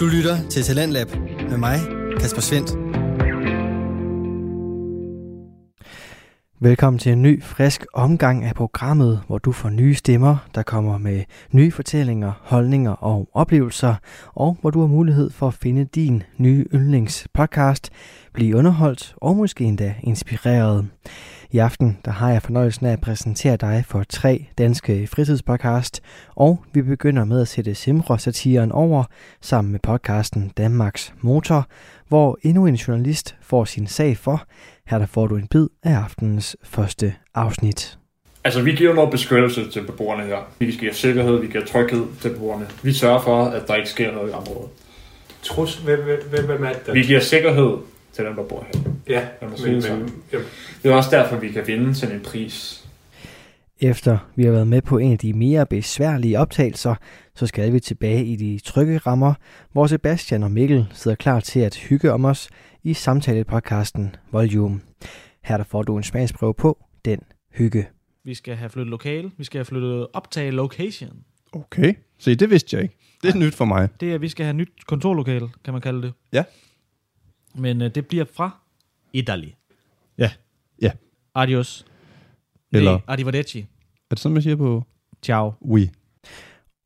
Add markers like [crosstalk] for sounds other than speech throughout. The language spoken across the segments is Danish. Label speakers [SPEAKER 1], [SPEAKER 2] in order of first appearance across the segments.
[SPEAKER 1] Du lytter til Talentlab med mig, Kasper Svendt. Velkommen til en ny, frisk omgang af programmet, hvor du får nye stemmer, der kommer med nye fortællinger, holdninger og oplevelser, og hvor du har mulighed for at finde din nye yndlingspodcast, blive underholdt og måske endda inspireret. I aften der har jeg fornøjelsen af at præsentere dig for tre danske fritidspodcast, og vi begynder med at sætte Simre-satiren over sammen med podcasten Danmarks Motor, hvor endnu en journalist får sin sag for. Her der får du en bid af aftenens første afsnit.
[SPEAKER 2] Altså, vi giver noget beskyttelse til beboerne her. Vi giver sikkerhed, vi giver tryghed til beboerne. Vi sørger for, at der ikke sker noget i området.
[SPEAKER 3] Trus, hvem, hvem, hvem hvem er det? der-
[SPEAKER 2] Vi giver sikkerhed til dem, der bor her.
[SPEAKER 3] Ja,
[SPEAKER 2] Lad mig sige
[SPEAKER 3] men,
[SPEAKER 2] det sådan.
[SPEAKER 3] men, jamen,
[SPEAKER 2] Det er også derfor, vi kan vinde sådan en pris.
[SPEAKER 1] Efter vi har været med på en af de mere besværlige optagelser, så skal vi tilbage i de trygge rammer, hvor Sebastian og Mikkel sidder klar til at hygge om os i samtalepodcasten Volume. Her der får du en smagsprøve på den hygge.
[SPEAKER 4] Vi skal have flyttet lokale. Vi skal have flyttet optage location.
[SPEAKER 5] Okay. Se, det vidste jeg ikke. Det er nyt for mig.
[SPEAKER 4] Det er, at vi skal have nyt kontorlokale, kan man kalde det.
[SPEAKER 5] Ja.
[SPEAKER 4] Men øh, det bliver fra Italy.
[SPEAKER 5] Ja. Ja.
[SPEAKER 4] Adios.
[SPEAKER 5] Eller
[SPEAKER 4] Nej, arrivederci.
[SPEAKER 5] er det sådan, man siger på
[SPEAKER 4] Ciao.
[SPEAKER 5] we?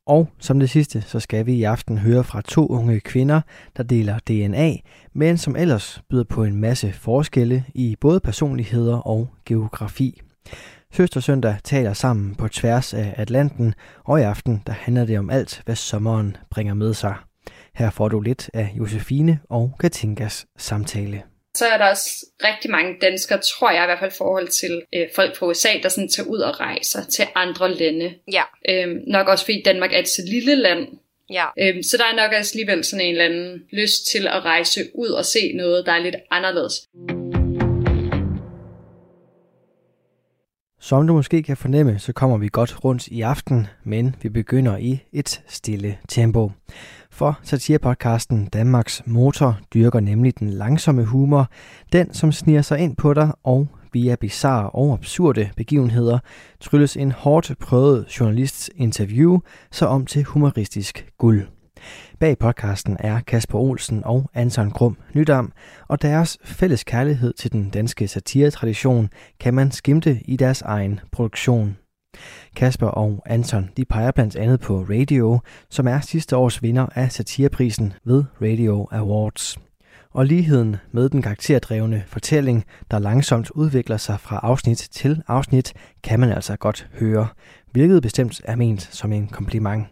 [SPEAKER 1] Og som det sidste, så skal vi i aften høre fra to unge kvinder, der deler DNA, men som ellers byder på en masse forskelle i både personligheder og geografi. Søstersøndag taler sammen på tværs af Atlanten, og i aften der handler det om alt, hvad sommeren bringer med sig. Her får du lidt af Josefine og Katinkas samtale.
[SPEAKER 6] så er der også rigtig mange danskere, tror jeg i hvert fald i forhold til øh, folk fra USA, der sådan tager ud og rejser til andre lande.
[SPEAKER 7] Ja,
[SPEAKER 6] Øhm, nok også fordi Danmark er et så lille land.
[SPEAKER 7] ja,
[SPEAKER 6] Øhm, så der er nok også alligevel sådan en eller anden lyst til at rejse ud og se noget, der er lidt anderledes.
[SPEAKER 1] Som du måske kan fornemme, så kommer vi godt rundt i aften, men vi begynder i et stille tempo. For satirepodcasten Danmarks Motor dyrker nemlig den langsomme humor, den som sniger sig ind på dig og via bizarre og absurde begivenheder trylles en hårdt prøvet journalists interview så om til humoristisk guld. Bag podcasten er Kasper Olsen og Anton Grum Nydam, og deres fælles kærlighed til den danske satiretradition kan man skimte i deres egen produktion. Kasper og Anton de peger blandt andet på Radio, som er sidste års vinder af satireprisen ved Radio Awards. Og ligheden med den karakterdrevne fortælling, der langsomt udvikler sig fra afsnit til afsnit, kan man altså godt høre, hvilket bestemt er ment som en kompliment.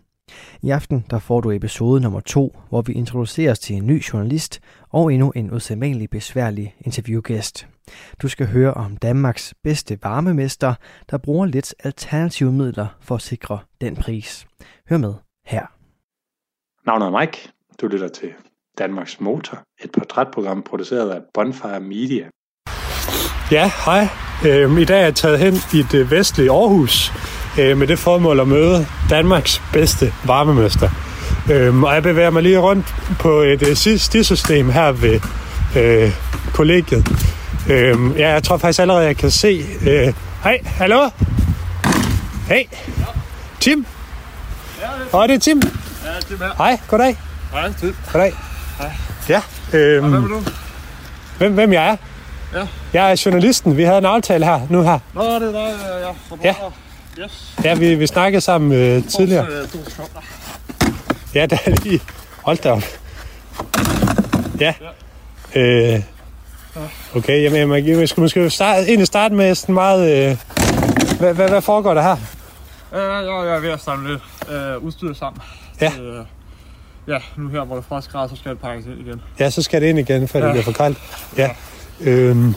[SPEAKER 1] I aften der får du episode nummer 2, hvor vi introduceres til en ny journalist og endnu en usædvanlig besværlig interviewgæst. Du skal høre om Danmarks bedste varmemester, der bruger lidt alternative midler for at sikre den pris. Hør med her.
[SPEAKER 8] Navnet er Mike. Du lytter til Danmarks Motor, et portrætprogram produceret af Bonfire Media.
[SPEAKER 3] ja, hej. Øhm, I dag er jeg taget hen i det vestlige Aarhus øh, med det formål at møde Danmarks bedste varmemester. Øhm, og jeg bevæger mig lige rundt på et øh, system her ved øh, kollegiet. Øhm, ja, jeg tror faktisk allerede, jeg kan se... Øh, hej, hallo? Hej. Tim? Ja, det er Tim. Ja, Tim her. Hej, goddag.
[SPEAKER 2] Hej, Tim.
[SPEAKER 3] Goddag. Hej. Ja, øhm, hvem,
[SPEAKER 2] du?
[SPEAKER 3] hvem, hvem jeg er?
[SPEAKER 2] Ja.
[SPEAKER 3] Jeg er journalisten. Vi havde en aftale her, nu her.
[SPEAKER 2] Nå, det er dig, ja.
[SPEAKER 3] Ja.
[SPEAKER 2] Yes.
[SPEAKER 3] Ja, vi, vi snakkede sammen øh, tidligere.
[SPEAKER 2] Du er
[SPEAKER 3] Ja, [laughs] der er lige... Hold da op. Ja. Øh, okay, jamen, jamen, jeg, jeg skulle måske starte, egentlig starte med sådan meget... Øh, hvad, hvad, hvad foregår der her?
[SPEAKER 2] Øh, jo, jeg er ved at samle lidt øh, udstyr sammen.
[SPEAKER 3] Ja.
[SPEAKER 2] Øh, ja, nu her, hvor det faktisk græder, så skal det pakkes ind igen.
[SPEAKER 3] Ja, så skal det ind igen, for ja. det
[SPEAKER 2] Ja.
[SPEAKER 3] bliver for koldt. Ja. Øhm,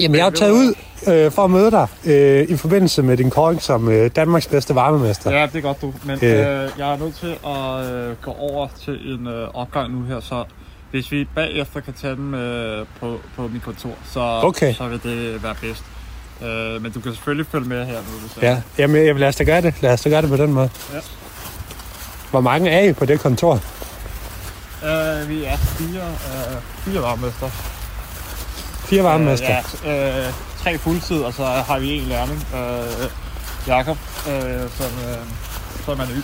[SPEAKER 3] jamen, jeg er jo taget ud øh, for at møde dig øh, i forbindelse med din kåring som øh, Danmarks bedste varmemester.
[SPEAKER 2] Ja, det er godt du. Men
[SPEAKER 3] Øh.
[SPEAKER 2] øh. Øh, jeg er nødt til at øh, gå over til en øh, opgang nu her, så hvis vi bagefter kan tage den øh, på, på mit kontor, så,
[SPEAKER 3] Okay.
[SPEAKER 2] så vil det være bedst. Øh, men du kan selvfølgelig følge med her nu, hvis
[SPEAKER 3] Ja, jamen jeg, lad os da gøre det. Lad os da gøre det på den måde.
[SPEAKER 2] Ja.
[SPEAKER 3] Hvor mange er I på det kontor?
[SPEAKER 2] Øh, vi er fire, øh, fire varmester.
[SPEAKER 3] Fire varmemester.
[SPEAKER 2] Øh, ja, øh, tre fuldtid, og så har vi en lærling, øh, Jakob, øh, som, øh, som er ny.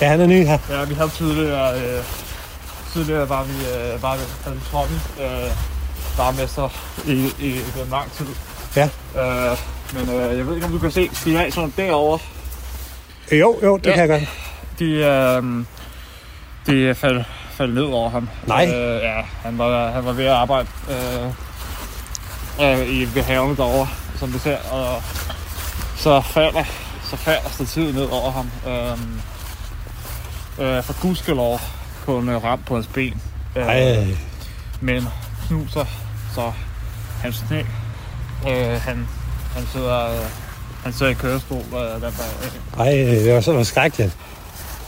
[SPEAKER 3] ja, han er ny her.
[SPEAKER 2] Ja, vi havde tidligere øh, Tidligere var vi, øh, var vi, havde vi Tommy, øh, varmester i, i, i den lang tid.
[SPEAKER 3] Ja.
[SPEAKER 2] Øh, men øh, jeg ved ikke, om du kan se spinaterne derovre.
[SPEAKER 3] Jo, jo, det
[SPEAKER 2] Ja.
[SPEAKER 3] ja. kan jeg godt.
[SPEAKER 2] De, øh, de faldt fald ned over ham.
[SPEAKER 3] Nej.
[SPEAKER 2] Øh, ja, han var, han var ved at arbejde øh, øh, i ved haven derovre, som vi ser. Og så falder, så falder stativet ned over ham. Øh, øh, for gudskelov på en øh, ramp på hans ben. Øh,
[SPEAKER 3] Ej,
[SPEAKER 2] men knuser så hans knæ. Øh, han, han sidder, øh, han sidder i kørestol øh, den dag.
[SPEAKER 3] ej, det var så skrækkeligt.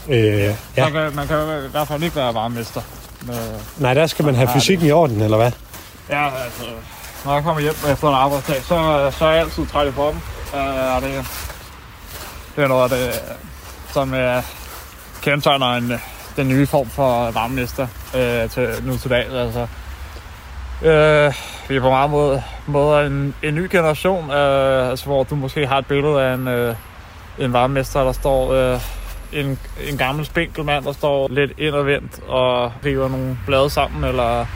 [SPEAKER 3] Øh,
[SPEAKER 2] Ja.
[SPEAKER 3] ja.
[SPEAKER 2] Man, kan, man kan jo øh, i hvert fald ikke være varmester. Men, øh,
[SPEAKER 3] Nej, der skal man have
[SPEAKER 2] Nej,
[SPEAKER 3] fysikken i orden, eller hvad?
[SPEAKER 2] ja, altså, når jeg kommer hjem efter en arbejdsdag, så, øh, så er jeg altid træt i kroppen. Øh, og det, det er noget af det, øh, som øh, kendetegner en, øh, den nye form for varmester øh, til, nu til dag. Altså, øh, vi er på mange måder, måder en, en ny generation, øh, altså, hvor du måske har et billede af en, øh, en varmester, der står... Øh, en, en gammel spinkel mand, der står lidt indadvendt og river nogle blade sammen, eller,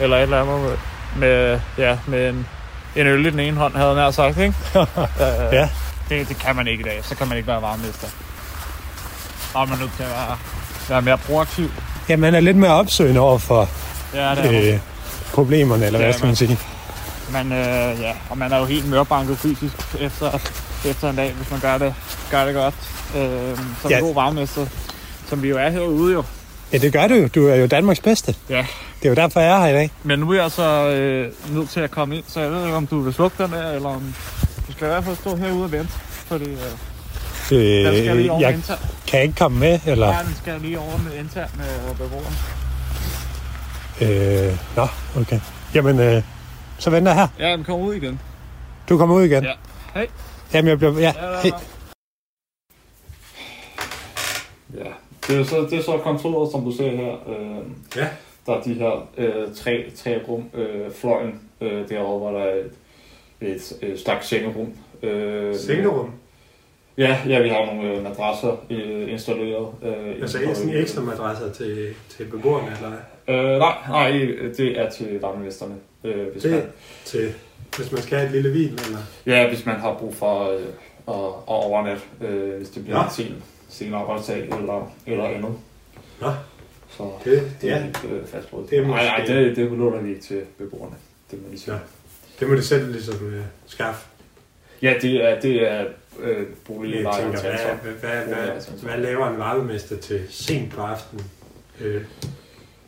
[SPEAKER 2] eller et eller andet med, med, ja, med en, en øl i den ene hånd, havde jeg nær sagt, ikke? Øh,
[SPEAKER 3] Ja.
[SPEAKER 2] Det, det, kan man ikke i dag, så kan man ikke være varmester. Så er man nødt til at være, være mere proaktiv.
[SPEAKER 3] Jamen, man er lidt mere opsøgende over for
[SPEAKER 2] Ja, det er, øh.
[SPEAKER 3] øh, problemerne, eller
[SPEAKER 2] Ja,
[SPEAKER 3] hvad skal man
[SPEAKER 2] man-
[SPEAKER 3] sige?
[SPEAKER 2] man, øh, ja, og man er jo helt mørbanket fysisk efter, efter en dag, hvis man gør det, gør det godt. Øh, som
[SPEAKER 3] Ja.
[SPEAKER 2] en god varmester, som vi jo er herude jo.
[SPEAKER 3] Ja, det gør du jo. Du er jo Danmarks bedste.
[SPEAKER 2] Ja,
[SPEAKER 3] Det er jo derfor, jeg er her i dag.
[SPEAKER 2] Men nu er jeg altså øh, nødt til at komme ind, så jeg ved ikke, om du vil slukke den der, eller om du skal i hvert fald stå herude og vente. Fordi øh, den skal jeg
[SPEAKER 3] Øh,
[SPEAKER 2] lige over med
[SPEAKER 3] jeg
[SPEAKER 2] internt.
[SPEAKER 3] kan ikke komme med, eller...
[SPEAKER 2] Ja, den skal jeg lige over med internt med øh, beboeren.
[SPEAKER 3] Øh, nå, okay. Jamen, øh, så venter jeg her.
[SPEAKER 2] Ja, den kommer ud igen.
[SPEAKER 3] Du kommer ud igen.
[SPEAKER 2] Ja. Hej.
[SPEAKER 3] Jamen, jeg bliver... Ja,
[SPEAKER 2] Ja, der,
[SPEAKER 3] hey.
[SPEAKER 2] der. ja. Det, er så, det er så kontoret, som du ser her. Øh,
[SPEAKER 3] Ja.
[SPEAKER 2] Der er de her øh, tre, tre rum. Øh, fløjen øh, derovre, hvor der er et, et, et slags sengerum. Øh, Ja, ja, vi har nogle øh, madrasser øh, installeret. Øh,
[SPEAKER 3] Altså,
[SPEAKER 2] i-
[SPEAKER 3] madrasser til, til beboerne, eller hvad?
[SPEAKER 2] Øh, nej, nej, øh, det er til varmevesterne. Øh, hvis man,
[SPEAKER 3] til, hvis man skal have et lille hvil, eller...
[SPEAKER 2] ja, hvis man har brug for øh, at, at overnatte, øh, hvis det bliver
[SPEAKER 3] Nå.
[SPEAKER 2] ja. en sen, sen arbejdsdag eller, eller andet.
[SPEAKER 3] Nå.
[SPEAKER 2] Så
[SPEAKER 3] Det,
[SPEAKER 2] det er helt øh, fastrådet.
[SPEAKER 3] Det er
[SPEAKER 2] Nej, nej,
[SPEAKER 3] måske-
[SPEAKER 2] det, det låner vi ikke til beboerne. Det må de sige.
[SPEAKER 3] Ja. det må det selv ligesom øh, skaffe.
[SPEAKER 2] Ja, det er, det er øh, boliglejer.
[SPEAKER 3] hvad, hvad,
[SPEAKER 2] hvad- hvad
[SPEAKER 3] laver en varmemester til sent på aftenen? Øh,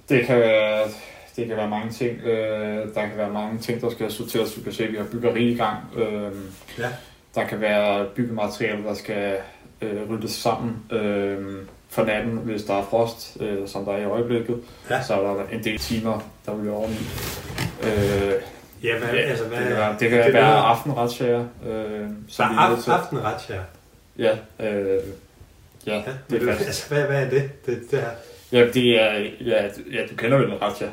[SPEAKER 2] Det kan være, det kan være mange ting. Øh, der kan være mange ting, der skal sorteres. Du kan se, at vi har byggeri i gang. Øh,
[SPEAKER 3] Ja.
[SPEAKER 2] Der kan være byggematerialer, der skal øh, ryddes sammen øh, for natten, hvis der er frost, øh, som der er i øjeblikket.
[SPEAKER 3] Ja.
[SPEAKER 2] Så er der en del timer, der vil oveni. Øh,
[SPEAKER 3] ja, hvad,
[SPEAKER 2] ja,
[SPEAKER 3] altså, hvad,
[SPEAKER 2] det kan være, det kan det være aftenretssager. Øh,
[SPEAKER 3] Så
[SPEAKER 2] som vi er nødt
[SPEAKER 3] Ah, af,
[SPEAKER 2] til-
[SPEAKER 3] aftenret, ja.
[SPEAKER 2] Ja, øh, ja,
[SPEAKER 3] ja
[SPEAKER 2] det er fast.
[SPEAKER 3] altså, hvad, hvad er det? det, det her?
[SPEAKER 2] Ja, det er, ja, ja, du kender vel en retssager.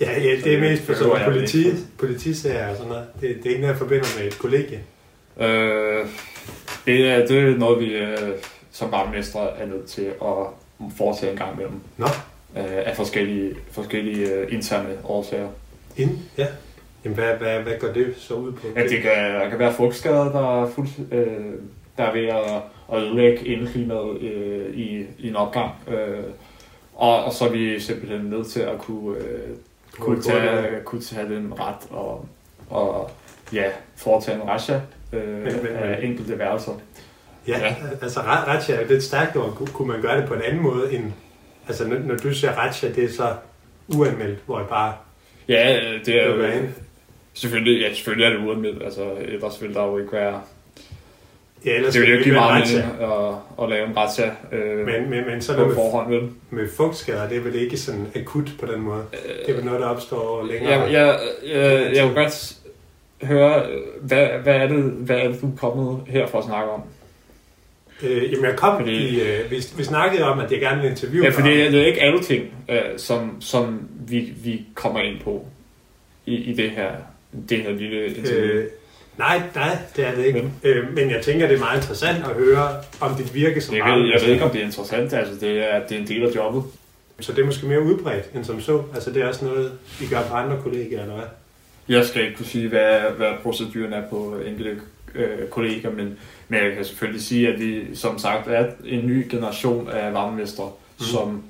[SPEAKER 3] Ja, ja, det er
[SPEAKER 2] det
[SPEAKER 3] mest på
[SPEAKER 2] behøver
[SPEAKER 3] sådan
[SPEAKER 2] jeg vel
[SPEAKER 3] politi,
[SPEAKER 2] ikke.
[SPEAKER 3] politisager og sådan noget. Det, det er ikke noget, jeg forbinder med et kollegie.
[SPEAKER 2] Øh, det, er, det er noget, vi øh, som varmestre er nødt til at foretage en gang imellem.
[SPEAKER 3] Nå.
[SPEAKER 2] Øh, af forskellige, forskellige øh, interne årsager.
[SPEAKER 3] Ind, ja. Jamen, hvad, hvad, hvad går det så ud på?
[SPEAKER 2] Ja, det kan, der kan være frugtskader, der er, fuld, øh, der er ved at, at ødelægge indeklimaet øh, i, i en opgang. Øh, og, og så er vi simpelthen nødt til at kunne, øh, kunne, tage, kunne tage den ret og, og ja, foretage en rasha øh,
[SPEAKER 3] Men- men-
[SPEAKER 2] af enkelte værelser.
[SPEAKER 3] Ja,
[SPEAKER 2] Ja.
[SPEAKER 3] altså ra- razzia er jo lidt stærkt ord. Ku- Kunne man gøre det på en anden måde end... Altså, når, når du siger razzia, det er så uanmeldt, hvor jeg bare
[SPEAKER 2] Ja, øh, det er jo...
[SPEAKER 3] lukker ind.
[SPEAKER 2] Selvfølgelig, ja, selvfølgelig er det uanmeldt. Altså, ellers ville der jo ikke være...
[SPEAKER 3] Ja, ellers
[SPEAKER 2] Det ville jo ikke give
[SPEAKER 3] være en
[SPEAKER 2] meget
[SPEAKER 3] razzia.
[SPEAKER 2] mening at, at lave en razzia øh,
[SPEAKER 3] Men, men, men sådan
[SPEAKER 2] på
[SPEAKER 3] noget med,
[SPEAKER 2] forhånd, vel?
[SPEAKER 3] med fugtskader, det er vel ikke sådan akut på den måde.
[SPEAKER 2] Øh,
[SPEAKER 3] Det er vel noget, der opstår over længere.
[SPEAKER 2] Jeg, jeg, øh, jeg, jeg vil godt s- høre, øh, hvad, hvad, er det, hvad er det, du er kommet her for at snakke om?
[SPEAKER 3] Øh, jamen, jeg kom
[SPEAKER 2] Fordi-
[SPEAKER 3] fordi... i... Øh, vi, vi snakkede om, at jeg gerne ville interviewe
[SPEAKER 2] Ja, for
[SPEAKER 3] dig.
[SPEAKER 2] det, er- det er ikke alle ting, øh, som, som vi, vi kommer ind på i, i det her det her lille interview.
[SPEAKER 3] Øh, nej, nej, det er det ikke. Men. Øh, men jeg tænker, det er meget interessant at høre om dit virke som
[SPEAKER 2] Jeg ved, jeg ved
[SPEAKER 3] varmemester.
[SPEAKER 2] ikke, om det er interessant. Altså, det er, det er en del af jobbet.
[SPEAKER 3] Så det er måske mere udbredt end som så. Altså det er også noget, I gør på andre kollegaer, eller hvad?
[SPEAKER 2] Jeg skal ikke kunne sige, hvad, hvad proceduren er på enkelte øh, kolleger, men, men jeg kan selvfølgelig sige, at vi som sagt er en ny generation af varmemestre, mm. som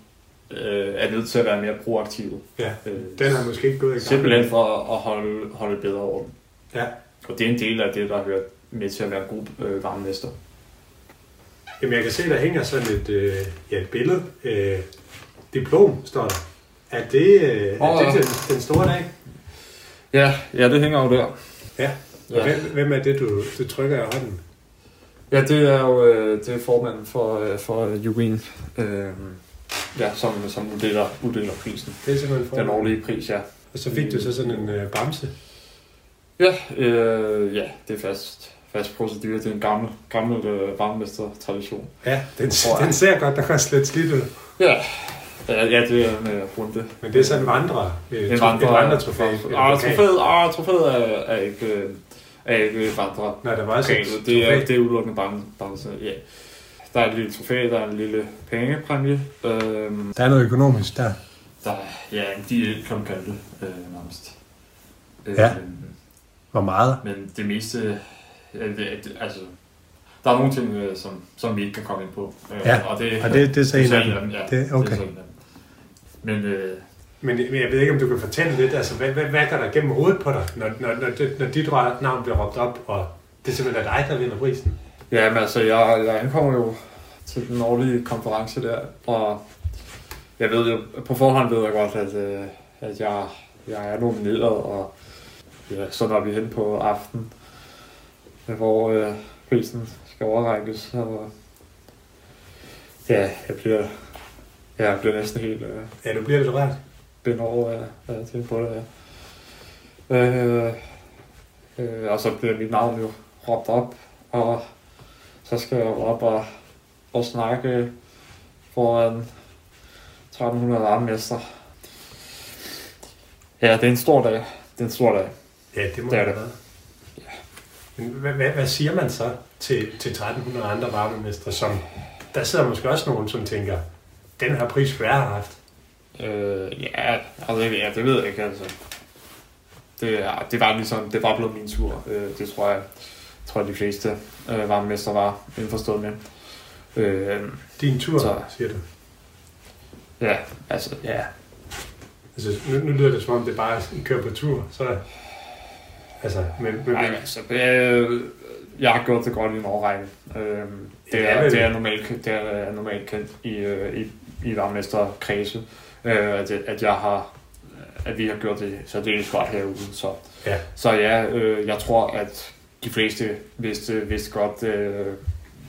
[SPEAKER 2] øh, er nødt til at være mere proaktive.
[SPEAKER 3] Ja,
[SPEAKER 2] Øh,
[SPEAKER 3] den har måske ikke gået i gang.
[SPEAKER 2] Simpelthen for at holde, holde bedre orden.
[SPEAKER 3] Ja.
[SPEAKER 2] Og det er en del af det, der hører med til at være en god øh, varmemester.
[SPEAKER 3] Jamen jeg kan se, der hænger sådan et, øh, ja, et billede. Øh, diplom står der. Er det, øh, er
[SPEAKER 2] Åh,
[SPEAKER 3] det
[SPEAKER 2] ja.
[SPEAKER 3] den, den store dag?
[SPEAKER 2] Ja, ja, det hænger jo der.
[SPEAKER 3] Ja.
[SPEAKER 2] Ja.
[SPEAKER 3] Hvem, hvem er det, du, du trykker i hånden?
[SPEAKER 2] Ja, det er jo øh, det er formanden for, øh, for Eugen, øh, ja, som, som uddeler, uddeler prisen.
[SPEAKER 3] Det er simpelthen for.
[SPEAKER 2] Den årlige pris, ja.
[SPEAKER 3] Og så fik du så sådan en øh, bamse.
[SPEAKER 2] Ja, øh, ja det er fast, fast procedure. Det er en gammel, gammel øh, varmemestertradition.
[SPEAKER 3] Ja, den,
[SPEAKER 2] Tror jeg.
[SPEAKER 3] den ser godt nok også lidt slidt ud.
[SPEAKER 2] Ja. ja, ja, det er en øh, runde.
[SPEAKER 3] Men det er sådan en vandrer. Øh,
[SPEAKER 2] En
[SPEAKER 3] tro-
[SPEAKER 2] vandre,
[SPEAKER 3] Et vandretrofæ.
[SPEAKER 2] Ah, trofæet, ah, trofæet er, er ikke, øh, er ikke vandre.
[SPEAKER 3] Nej, der var også
[SPEAKER 2] Okay,
[SPEAKER 3] et
[SPEAKER 2] så det er,
[SPEAKER 3] trofæ.
[SPEAKER 2] det er udelukkende bam- bamse. Ja. Der er et lille trofæ, der er en lille pengepræmie. Øhm,
[SPEAKER 3] Der er noget økonomisk der.
[SPEAKER 2] der er, ja, en diæt, kan man kalde det, øh, nærmest. Øhm,
[SPEAKER 3] Ja. Hvor meget?
[SPEAKER 2] Men det meste, øh, det, det, altså, der er nogle ting, øh, som, som vi ikke kan komme ind på. Øh,
[SPEAKER 3] Ja,
[SPEAKER 2] og det,
[SPEAKER 3] og det- det er så en af dem.
[SPEAKER 2] ja.
[SPEAKER 3] Det- okay.
[SPEAKER 2] så en af dem. Men øh,
[SPEAKER 3] Men jeg, men jeg ved ikke, om du kan fortælle lidt, altså hvad, hvad, hvad går der gennem hovedet på dig, når, når, når, det- når dit ra- navn bliver råbt op, og det er simpelthen er dig, der vinder prisen?
[SPEAKER 2] ja, men altså, jeg, jeg ankommer jo til den årlige konference der, og jeg ved jo, på forhånd ved jeg godt, at, øh, at jeg, jeg er nomineret, og ja, så når vi hen på aften, øh, hvor øh, prisen skal overrækkes, og ja, jeg bliver, ja, jeg bliver næsten helt... Øh,
[SPEAKER 3] Ja, du bliver lidt rørt.
[SPEAKER 2] binde over af, af til på det. Ja. Øh, øh, og så bliver mit navn jo råbt op, og så skal jeg jo op og, og snakke foran 1300 varmemester. Ja, det er en stor dag. Det er en stor dag.
[SPEAKER 3] Ja, det må
[SPEAKER 2] Det er
[SPEAKER 3] det
[SPEAKER 2] det.
[SPEAKER 3] være. Men hvad, hvad, hvad siger man så til, til 1300 andre varmemestre, som der sidder måske også nogen, som tænker, den her pris, jeg har haft.
[SPEAKER 2] Øh, ja, altså, ja, det ved jeg ikke, altså. Det, er- det var ligesom, det var blevet min tur. Øh, det tror jeg, tror jeg, de fleste øh, varmemester var indforstået med. Øh,
[SPEAKER 3] Din tur,
[SPEAKER 2] Så-
[SPEAKER 3] siger du.
[SPEAKER 2] Ja, altså, ja.
[SPEAKER 3] Altså, nu, nu lyder det som om, det bare er sådan, kører på tur, så... Altså, men, men,
[SPEAKER 2] Nej, altså, øh, jeg har gjort det godt i en årrække. Øh, det,
[SPEAKER 3] Ja,
[SPEAKER 2] er,
[SPEAKER 3] vel.
[SPEAKER 2] det, er normalt, det er, er normalt kendt i, øh, i, i varmemesterkredse, øh, at, at jeg har øh, at vi har gjort det særdeles godt herude. Så,
[SPEAKER 3] Ja.
[SPEAKER 2] så ja, øh, jeg tror, at de fleste vidste, vidste godt, øh,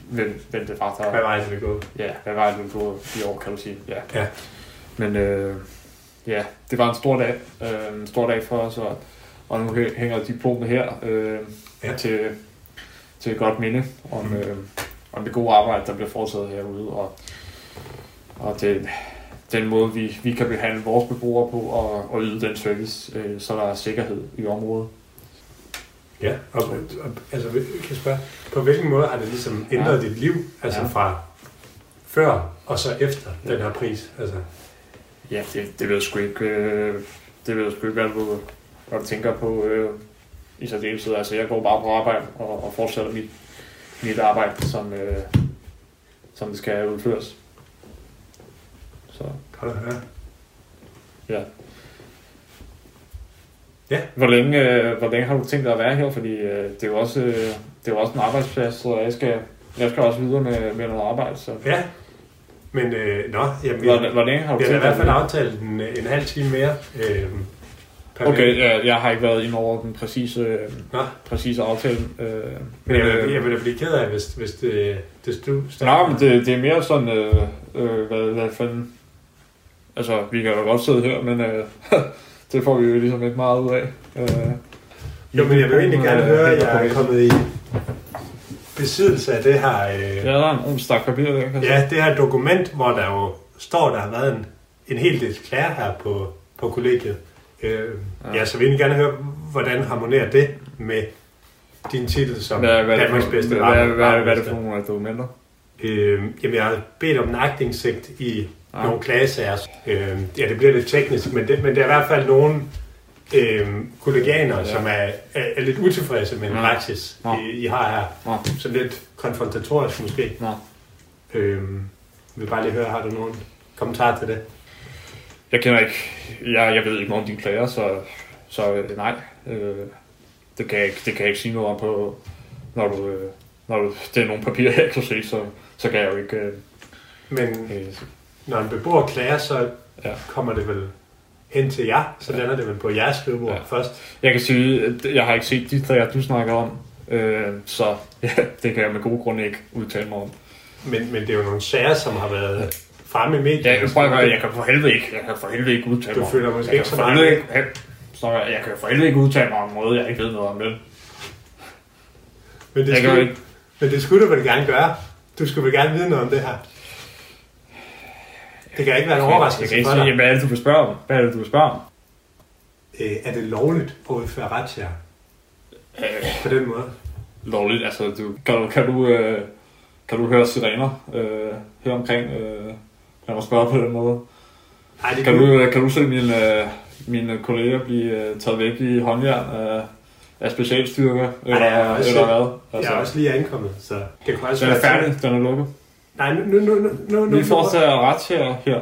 [SPEAKER 2] hvem, hvem det var, der...
[SPEAKER 3] hvad vej skal vi gå?
[SPEAKER 2] Ja, hvad var det, du gjorde i år, kan du sige. Ja.
[SPEAKER 3] Ja.
[SPEAKER 2] Men øh, ja, det var en stor dag. Øh, en stor dag for os, og, og nu hæ- hænger diplomet her øh,
[SPEAKER 3] Ja.
[SPEAKER 2] ja. til, til et godt minde om,
[SPEAKER 3] Mm.
[SPEAKER 2] mm. øh, om det gode arbejde, der bliver foretaget herude. Og, og det, den måde, vi, vi kan behandle vores beboere på og, og yde den service, øh, så der er sikkerhed i området.
[SPEAKER 3] Ja, og, og altså, kan jeg spørge, på hvilken måde har det ligesom ændret ja. dit liv, altså ja.
[SPEAKER 2] Ja.
[SPEAKER 3] fra før og så efter ja. den her pris? Altså,
[SPEAKER 2] Ja, det, det ved jeg sgu ikke. Øh, det ved jeg sgu ikke, hvad du, hvad du tænker på øh, i særdeleshed. Altså, jeg går bare på arbejde og, og fortsætter mit, mit arbejde, som, øh, som det skal udføres. Så
[SPEAKER 3] kan du høre?
[SPEAKER 2] hvor længe, øh, hvor længe har du tænkt dig at være her? Fordi øh, det, er jo også, øh, det er jo også en arbejdsplads, så jeg skal, jeg skal også videre med, med noget arbejde. Så.
[SPEAKER 3] Ja, men øh, nå, jamen, vi, vi
[SPEAKER 2] Hvor, hvor længe har du
[SPEAKER 3] har da i
[SPEAKER 2] tænkt
[SPEAKER 3] hvert fald
[SPEAKER 2] være?
[SPEAKER 3] aftalt en, en halv time mere. Øh, per
[SPEAKER 2] Okay,
[SPEAKER 3] mail.
[SPEAKER 2] jeg, jeg har ikke været inde over den præcise, øh,
[SPEAKER 3] Nå,
[SPEAKER 2] præcise aftale. Øh,
[SPEAKER 3] men jeg,
[SPEAKER 2] øh,
[SPEAKER 3] vil, jeg vil da blive ked af, hvis, hvis det, det du...
[SPEAKER 2] Nej, men det, det er mere sådan, øh, øh, hvad, hvad fanden... Altså, vi kan jo godt sidde her, men øh, [laughs] det får vi jo ligesom ikke meget ud af. Øh,
[SPEAKER 3] Jo, men jeg vil egentlig gerne
[SPEAKER 2] Øh,
[SPEAKER 3] høre, at
[SPEAKER 2] hænger på
[SPEAKER 3] jeg er
[SPEAKER 2] væggen.
[SPEAKER 3] kommet i besiddelse af det her... Øh,
[SPEAKER 2] Ja, der er en ung stak papir Altså, der, kan jeg sige.
[SPEAKER 3] Ja, det her dokument, hvor der jo står, der har været en, en hel del klager her på, på kollegiet. Øh, ja.
[SPEAKER 2] Ja.
[SPEAKER 3] ja, så vil jeg gerne høre, hvordan harmonerer det med din titel som
[SPEAKER 2] Hvad, hvad, er det
[SPEAKER 3] Danmarks
[SPEAKER 2] for-
[SPEAKER 3] bedste
[SPEAKER 2] hvad, hvad, hvad, hvad er det øh,
[SPEAKER 3] varmemester?
[SPEAKER 2] for nogle dokumenter?
[SPEAKER 3] Øh, jamen, jeg har bedt om en agtindsigt i nogle klagesager. Øh, ja, det bliver lidt teknisk, men, det, men der er i hvert fald nogle øh, kolleganer, ja. som er, er, er lidt utilfredse med en ja. praksis, ja. I, I har her. Ja. Sådan lidt konfrontatorisk måske.
[SPEAKER 2] Nå.
[SPEAKER 3] Øh, vil bare lige høre, har du nogen kommentarer til det?
[SPEAKER 2] Jeg kender ikke, jeg, jeg ved ikke noget om dine klager, så, så øh, nej. Øh, det, kan jeg ikke, det kan jeg ikke sige noget om, på, når, du, øh, når du, det er nogle papirer, jeg ikke kan se, så, så kan jeg jo ikke... Øh,
[SPEAKER 3] Men
[SPEAKER 2] øh,
[SPEAKER 3] når en beboer klager, så
[SPEAKER 2] Ja.
[SPEAKER 3] ja. kommer det vel hen til jer, så lander det vel på jeres skrivebord
[SPEAKER 2] Ja.
[SPEAKER 3] ja. først.
[SPEAKER 2] jeg kan sige, at jeg har ikke set de klager, du snakker om, øh, så [laughs] ja, det kan jeg med god grund ikke udtale mig om.
[SPEAKER 3] Men, men det er jo nogle sager, som har været fremme i medierne.
[SPEAKER 2] Ja, jeg, prøver, jeg kan for helvede ikke, jeg kan for helvede ikke udtale
[SPEAKER 3] Du
[SPEAKER 2] mig. om-
[SPEAKER 3] føler måske
[SPEAKER 2] jeg
[SPEAKER 3] ikke
[SPEAKER 2] kan
[SPEAKER 3] så
[SPEAKER 2] for
[SPEAKER 3] meget.
[SPEAKER 2] helvede ikke- ja, Så jeg jeg kan for helvede ikke udtale mig om noget, jeg ikke ved noget om det.
[SPEAKER 3] men, det
[SPEAKER 2] jeg kan jo
[SPEAKER 3] skulle,
[SPEAKER 2] ikke.
[SPEAKER 3] men det skulle du vel gerne gøre. Du skulle vel gerne vide noget om det her. Det kan ikke være en
[SPEAKER 2] Jeg
[SPEAKER 3] overraskelse
[SPEAKER 2] kan ikke
[SPEAKER 3] for
[SPEAKER 2] sige,
[SPEAKER 3] dig.
[SPEAKER 2] hvad er det, du vil spørge om? Hvad er det, du vil spørge om?
[SPEAKER 3] Øh, er det lovligt at udføre retsjager
[SPEAKER 2] Øh,
[SPEAKER 3] på den måde?
[SPEAKER 2] lovligt, altså du, kan du, kan du, øh, kan du høre sirener øh, her omkring? Øh, kan du spørge på den måde?
[SPEAKER 3] Nej, det
[SPEAKER 2] Kan du, kan du se mine, øh, mine kolleger blive øh, taget væk i håndjern af, af specialstyrker? Eller,
[SPEAKER 3] jeg har også
[SPEAKER 2] eller
[SPEAKER 3] set-
[SPEAKER 2] hvad?
[SPEAKER 3] Jeg er også lige ankommet, så det kunne også
[SPEAKER 2] den Altså. er
[SPEAKER 3] være...
[SPEAKER 2] færdig, den er lukket.
[SPEAKER 3] Nej, nu, nu, nu, nu, nu, nu,
[SPEAKER 2] Vi fortsætter ret her. her.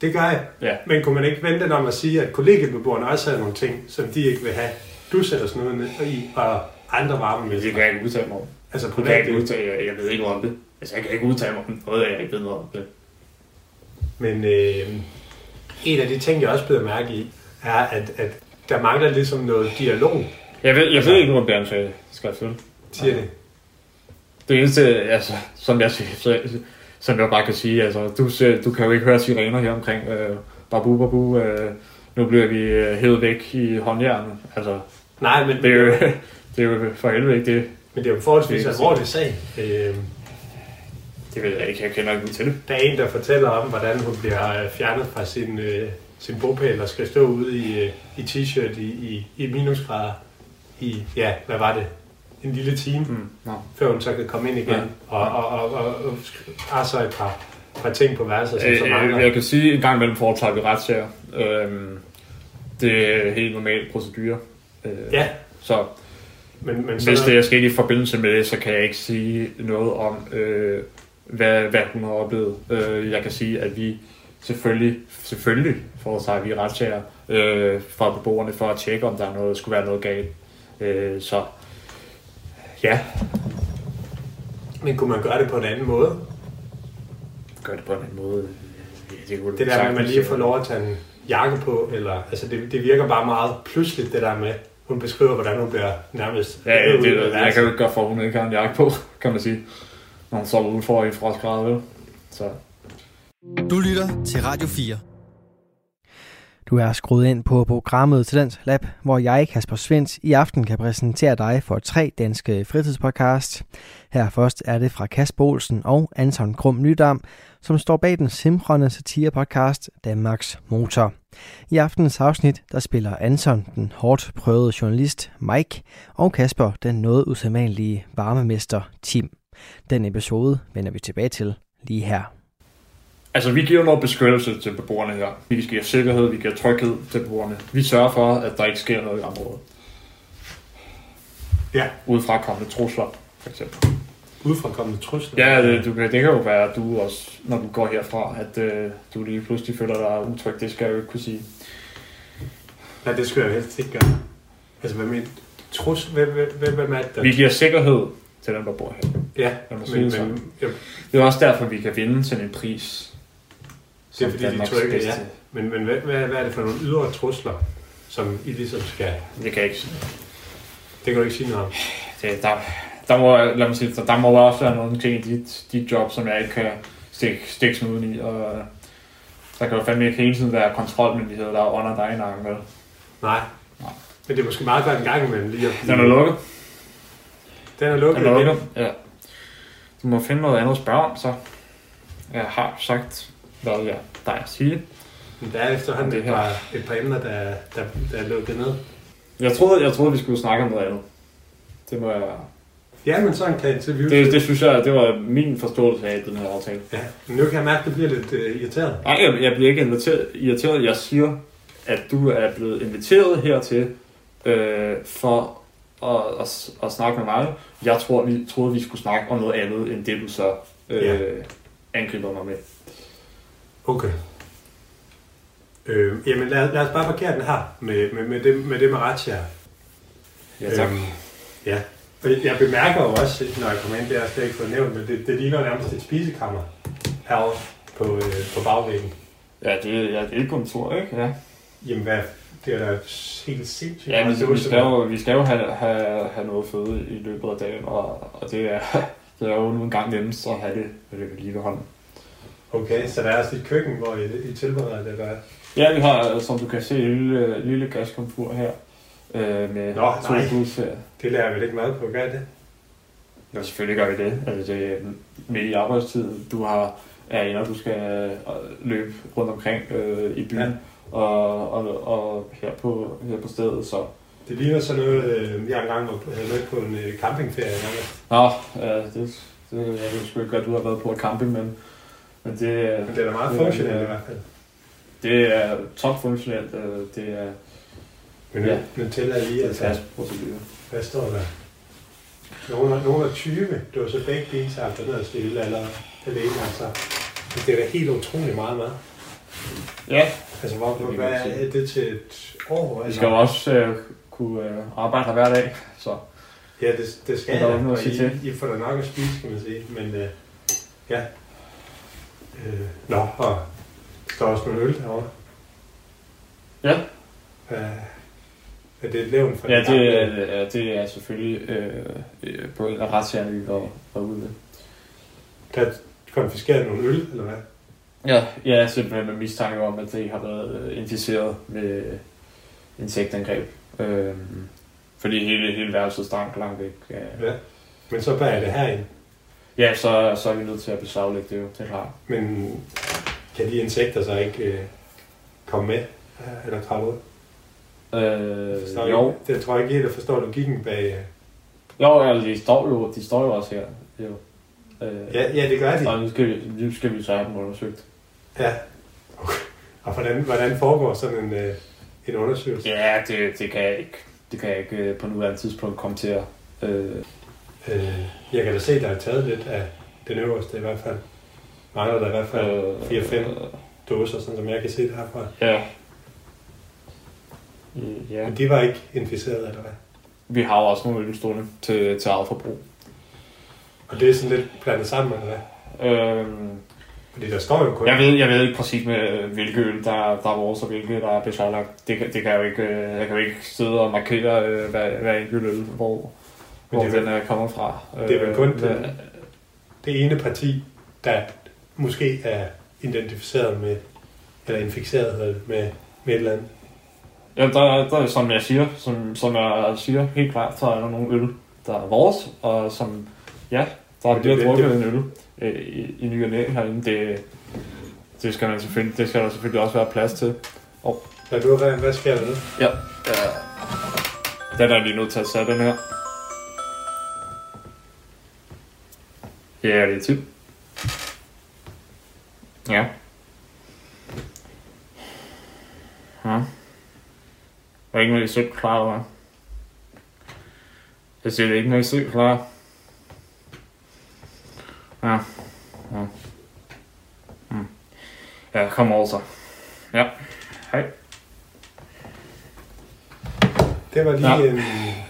[SPEAKER 3] Det gør jeg.
[SPEAKER 2] Ja.
[SPEAKER 3] Men kunne man ikke vente den om at sige, at kollegiebeboerne også havde nogle ting, som de ikke vil have? Du sætter sådan noget ned i, og andre
[SPEAKER 2] Det
[SPEAKER 3] varmemæssigt.
[SPEAKER 2] kan jeg ikke udtale mig om.
[SPEAKER 3] Altså
[SPEAKER 2] Det kan jeg
[SPEAKER 3] privat,
[SPEAKER 2] ikke udtale, jeg, jeg ved ikke noget om det. Altså, jeg kan ikke udtale mig om noget, jeg ikke ved noget om det.
[SPEAKER 3] Men øh, en af de ting, jeg også blev mærke i, er, at, at der mangler ligesom noget dialog,
[SPEAKER 2] Jeg ved, jeg ved ikke, hvor Bjørn sagde, skal jeg følge.
[SPEAKER 3] siger det.
[SPEAKER 2] Det eneste, altså, som jeg, siger- så, som jeg bare kan sige, altså, du, ser- du kan jo ikke høre sirener her omkring, øh, babu, babu, øh, nu bliver vi øh, hævet væk i håndjernet. Altså,
[SPEAKER 3] Nej, men
[SPEAKER 2] det er jo, [laughs] det er jo for helvede ikke det.
[SPEAKER 3] men det er jo en forholdsvis
[SPEAKER 2] Det er-
[SPEAKER 3] alvorlig sag. Øh,
[SPEAKER 2] Det ved jeg ikke, jeg kender ikke ud til det.
[SPEAKER 3] der er en, der fortæller om, hvordan hun bliver øh, fjernet fra sin, øh, sin bopæl og skal stå ude i, øh, i t-shirt i, i, i minusgrader i, ja, hvad var det, en lille time. Mm.
[SPEAKER 2] Nå.
[SPEAKER 3] før hun så kan komme ind igen
[SPEAKER 2] Ja.
[SPEAKER 3] ja. og, og, og, og, og har så et par, par ting på værelset, som så
[SPEAKER 2] Øh, øh,
[SPEAKER 3] mangler.
[SPEAKER 2] jeg kan sige, at en gang imellem foretager vi retssager. Øh, det er helt normal procedure. Øh,
[SPEAKER 3] Ja,
[SPEAKER 2] Så
[SPEAKER 3] men, men så,
[SPEAKER 2] Hvis det er sket i forbindelse med det, så kan jeg ikke sige noget om, øh, hvad, hvad hun har oplevet. Øh, jeg kan sige, at vi selvfølgelig, selvfølgelig foretager vi retssager øh, fra beboerne for at tjekke, om der er noget, skulle være noget galt. Øh, så ja,
[SPEAKER 3] men kunne man gøre det på en anden måde?
[SPEAKER 2] gør det på en anden måde. Det, kunne
[SPEAKER 3] Det der med, at man
[SPEAKER 2] sagtens-
[SPEAKER 3] lige får lov at tage en jakke på, eller, altså det, det virker bare meget pludseligt, det der med, hun beskriver, hvordan hun bliver nærmest...
[SPEAKER 2] Ja, ja,
[SPEAKER 3] hævet
[SPEAKER 2] det,
[SPEAKER 3] ud
[SPEAKER 2] det,
[SPEAKER 3] af
[SPEAKER 2] jeg
[SPEAKER 3] værelset.
[SPEAKER 2] kan jo ikke gøre for, at hun ikke har en jakke på, kan man sige. Når hun står udenfor i en frostgrad, vel? Så
[SPEAKER 1] Du lytter til Radio 4. Du er skruet ind på programmet Talent Lab, hvor jeg, Kasper Svendt, i aften kan præsentere dig for tre danske fritidspodcast. Her først er det fra Kasper Olsen og Anton Krum Nydam, som står bag den simrende satirepodcast Danmarks Motor. I aftenens afsnit, der spiller Anton den hårdt prøvede journalist Mike, og Kasper den noget usædvanlige varmemester Tim. Den episode vender vi tilbage til lige her.
[SPEAKER 2] Altså, vi giver noget beskyttelse til beboerne her. Vi giver sikkerhed, vi giver tryghed til beboerne. Vi sørger for, at der ikke sker noget i området.
[SPEAKER 3] Ja.
[SPEAKER 2] Udefra kommende trusler, for eksempel.
[SPEAKER 3] Udefra kommende trusler.
[SPEAKER 2] Ja, det, du, kan- det kan jo være, at du også, når du går herfra, at øh, du lige pludselig føler dig utryg. Det skal jeg jo ikke kunne sige.
[SPEAKER 3] Nej, det skulle jeg jo helst ikke gøre. Altså, hvad med trus... Hvem, hvem, hvem, hvem er det, der...
[SPEAKER 2] Vi giver sikkerhed til dem, der bor her.
[SPEAKER 3] Ja,
[SPEAKER 2] Lad mig sige
[SPEAKER 3] men,
[SPEAKER 2] det sådan.
[SPEAKER 3] men ja,
[SPEAKER 2] Det er også derfor, vi kan vinde til en pris.
[SPEAKER 3] det
[SPEAKER 2] som
[SPEAKER 3] er fordi, de
[SPEAKER 2] Danmarks
[SPEAKER 3] trykker, ja.
[SPEAKER 2] bedste.
[SPEAKER 3] Men, men hvad, hvad, hvad er det for nogle ydre trusler, som I ligesom skal...
[SPEAKER 2] Det kan jeg ikke sige.
[SPEAKER 3] Det kan du ikke sige noget om.
[SPEAKER 2] det, der, der må, lad mig sige, der, der må også være nogle ting i dit, dit job, som jeg ikke kan stikke, stikke snuden i, og øh, der kan jo fandme ikke hele tiden være kontrolmyndigheder, der er under dig i nakken, vel?
[SPEAKER 3] Nej.
[SPEAKER 2] Nej.
[SPEAKER 3] Men det er måske meget godt en gang imellem lige at blive...
[SPEAKER 2] Den er lukket.
[SPEAKER 3] Den er lukket.
[SPEAKER 2] Den er
[SPEAKER 3] igen.
[SPEAKER 2] lukket. Ja. Du må finde noget andet at spørge om, så jeg har sagt, hvad jeg der er at sige.
[SPEAKER 3] Men der er efterhånden
[SPEAKER 2] Det
[SPEAKER 3] et
[SPEAKER 2] her.
[SPEAKER 3] par, et par emner, der, der, der er lukket ned.
[SPEAKER 2] Jeg troede, jeg troede, vi skulle snakke om noget andet. Det må jeg...
[SPEAKER 3] Ja, men sådan kan interviews.
[SPEAKER 2] Det, det synes jeg, det var min forståelse af den her aftale.
[SPEAKER 3] Ja, men nu kan jeg mærke, at du bliver lidt øh, irriteret.
[SPEAKER 2] Nej, jeg, jeg bliver ikke inviteret, irriteret. Jeg siger, at du er blevet inviteret hertil øh, for at, at, s- at snakke med mig. Jeg tror, vi troede, vi skulle snakke om noget andet, end det du så øh,
[SPEAKER 3] Ja.
[SPEAKER 2] angriber mig med.
[SPEAKER 3] Okay. Øh, jamen lad, lad os bare parkere den her med, med, med, det, med det med razzia.
[SPEAKER 2] Ja, tak.
[SPEAKER 3] Øhm, ja. Og jeg- jeg bemærker jo også, når jeg kommer ind, det har jeg slet ikke fået nævnt, men det, det ligner nærmest et spisekammer herovre på, øh, på bagvæggen.
[SPEAKER 2] Ja, det, ja, det er et kontor, ikke? Ja,
[SPEAKER 3] Jamen hvad, det er da helt sindssygt. Altså,
[SPEAKER 2] ja
[SPEAKER 3] meget
[SPEAKER 2] vi, vi,
[SPEAKER 3] dåse,
[SPEAKER 2] skal jo, vi skal jo have, have, have noget føde i løbet af dagen, og, og det, er, [laughs] det er jo nu engang nemmest at have det, det kan lige ved hånden.
[SPEAKER 3] Okay, så der er også et køkken, hvor I, I tilbereder det, der
[SPEAKER 2] Ja, vi har, som du kan se, en lille, lille gaskomfur her. Øh, med
[SPEAKER 3] Nå,
[SPEAKER 2] to
[SPEAKER 3] nej.
[SPEAKER 2] plus her.
[SPEAKER 3] Det lærer jeg vel ikke meget på, gør I det?
[SPEAKER 2] Ja, selvfølgelig gør vi det. Altså, det er midt i arbejdstiden. Du har, er inde, og du skal øh, løbe rundt omkring øh, i byen. Og, og, og her, på, her på stedet, så...
[SPEAKER 3] Det ligner sådan noget, øh, jeg engang var på, havde mødt på en øh, campingferie. nærmest.
[SPEAKER 2] Nå, øh, det, det, jeg ved sgu ikke godt, du har været på et camping, men, men det, øh,
[SPEAKER 3] Men det er da meget
[SPEAKER 2] Det er-
[SPEAKER 3] funktionelt i hvert fald.
[SPEAKER 2] det er topfunktionelt. Øh, det er
[SPEAKER 3] Men nu,
[SPEAKER 2] Ja.
[SPEAKER 3] nu tæller jeg lige,
[SPEAKER 2] det er
[SPEAKER 3] altså,
[SPEAKER 2] fast procedure.
[SPEAKER 3] hvad står der? Nogle, er- nogle er 20, det var så begge biler, der er nede stille, eller alene, altså. Men Det er da helt utrolig meget mad.
[SPEAKER 2] Ja,
[SPEAKER 3] Altså, hvor,
[SPEAKER 2] Det kan
[SPEAKER 3] hvad
[SPEAKER 2] man sige.
[SPEAKER 3] er det til et år?
[SPEAKER 2] vi
[SPEAKER 3] Eller?
[SPEAKER 2] skal jo også øh, kunne øh, arbejde her hver dag, så...
[SPEAKER 3] Ja, det, det skal
[SPEAKER 2] Der er
[SPEAKER 3] jeg.
[SPEAKER 2] ikke noget
[SPEAKER 3] Og
[SPEAKER 2] at sige
[SPEAKER 3] I, I får da nok at spise, kan man sige. Men øh, ja. Øh, nå, og der er også nogle øl herovre.
[SPEAKER 2] Ja.
[SPEAKER 3] Øh, er det et levn fra
[SPEAKER 2] Ja,
[SPEAKER 3] den gamle?
[SPEAKER 2] det, er- ja, det er selvfølgelig øh, øh, på en af retsjerne, vi var, var ude med.
[SPEAKER 3] Der konfiskerer nogle øl, eller hvad?
[SPEAKER 2] Ja, ja, simpelthen med mistanke om, at det har været øh, inficeret med insektangreb. Øh, fordi hele, hele værelset stank langt væk. Ja,
[SPEAKER 3] Ja. Men så bærer jeg det herind.
[SPEAKER 2] ja så, så er vi nødt til at beslaglægge det jo, det er klart.
[SPEAKER 3] Men kan de insekter så ikke øh, komme med? øh, Eller kravle ud? Forstår
[SPEAKER 2] Øh,
[SPEAKER 3] I-
[SPEAKER 2] jo,
[SPEAKER 3] Det tror jeg ikke helt, at forstår logikken bag... øh.
[SPEAKER 2] jo altså, de, står jo, de står jo også her. Jo. Øh,
[SPEAKER 3] Ja, ja, det gør de.
[SPEAKER 2] Og nu skal, vi, nu skal vi så have dem undersøgt.
[SPEAKER 3] Ja. [laughs] Okay. Og hvordan, hvordan foregår sådan en, øh, en undersøgelse?
[SPEAKER 2] Ja, det, det kan jeg ikke. Det kan jeg ikke øh, på nuværende tidspunkt komme til at... Øh,
[SPEAKER 3] Øh, jeg kan da se, der er taget lidt af den øverste i hvert fald. Mangler der i hvert fald øh,
[SPEAKER 2] Øh,
[SPEAKER 3] 4-5
[SPEAKER 2] øh,
[SPEAKER 3] dåser, sådan som jeg kan se det herfra.
[SPEAKER 2] Ja. Mm, Ja.
[SPEAKER 3] Men de var ikke inficeret, eller hvad?
[SPEAKER 2] Vi har jo også nogle øl stående til, til eget forbrug.
[SPEAKER 3] Og det er sådan lidt blandet sammen, eller hvad?
[SPEAKER 2] Øhm,
[SPEAKER 3] Fordi der står jo kun...
[SPEAKER 2] jeg, ved, jeg ved ikke præcis, med, øh, hvilke øl der, er- der er vores, og hvilke der er beslaglagt. Det, kan- det kan jeg jo ikke, øh, jeg kan jo ikke sidde og markere øh, hver, hver enkelt øl, hvor, hvor
[SPEAKER 3] det er vel-
[SPEAKER 2] den er kommet fra. Øh,
[SPEAKER 3] det er vel kun
[SPEAKER 2] hvad-
[SPEAKER 3] den- Det ene parti, der måske er identificeret med, eller inficeret hedder det, med, med et eller andet.
[SPEAKER 2] Ja, der, der, som jeg siger, som, som jeg siger helt klart, så er der nogle øl, der er vores, og som, ja, der
[SPEAKER 3] Men det
[SPEAKER 2] bliver
[SPEAKER 3] er
[SPEAKER 2] drukket
[SPEAKER 3] vigtigt.
[SPEAKER 2] en øl øh, i, i ny og næ herinde. Det, det, skal man selvfølgelig, det skal der selvfølgelig også være plads til.
[SPEAKER 3] Hvad, du, hvad, hvad sker der nu?
[SPEAKER 2] Den er lige nødt til at sætte den her. Ja, det er tip. Ja. Ja. Jeg er ikke noget, jeg klar over. Jeg siger, det er ikke noget, jeg klar. Ja. Ja. Mm. Ja, kom over så. Ja.
[SPEAKER 3] Det var lige
[SPEAKER 2] Ja.
[SPEAKER 3] ja. en...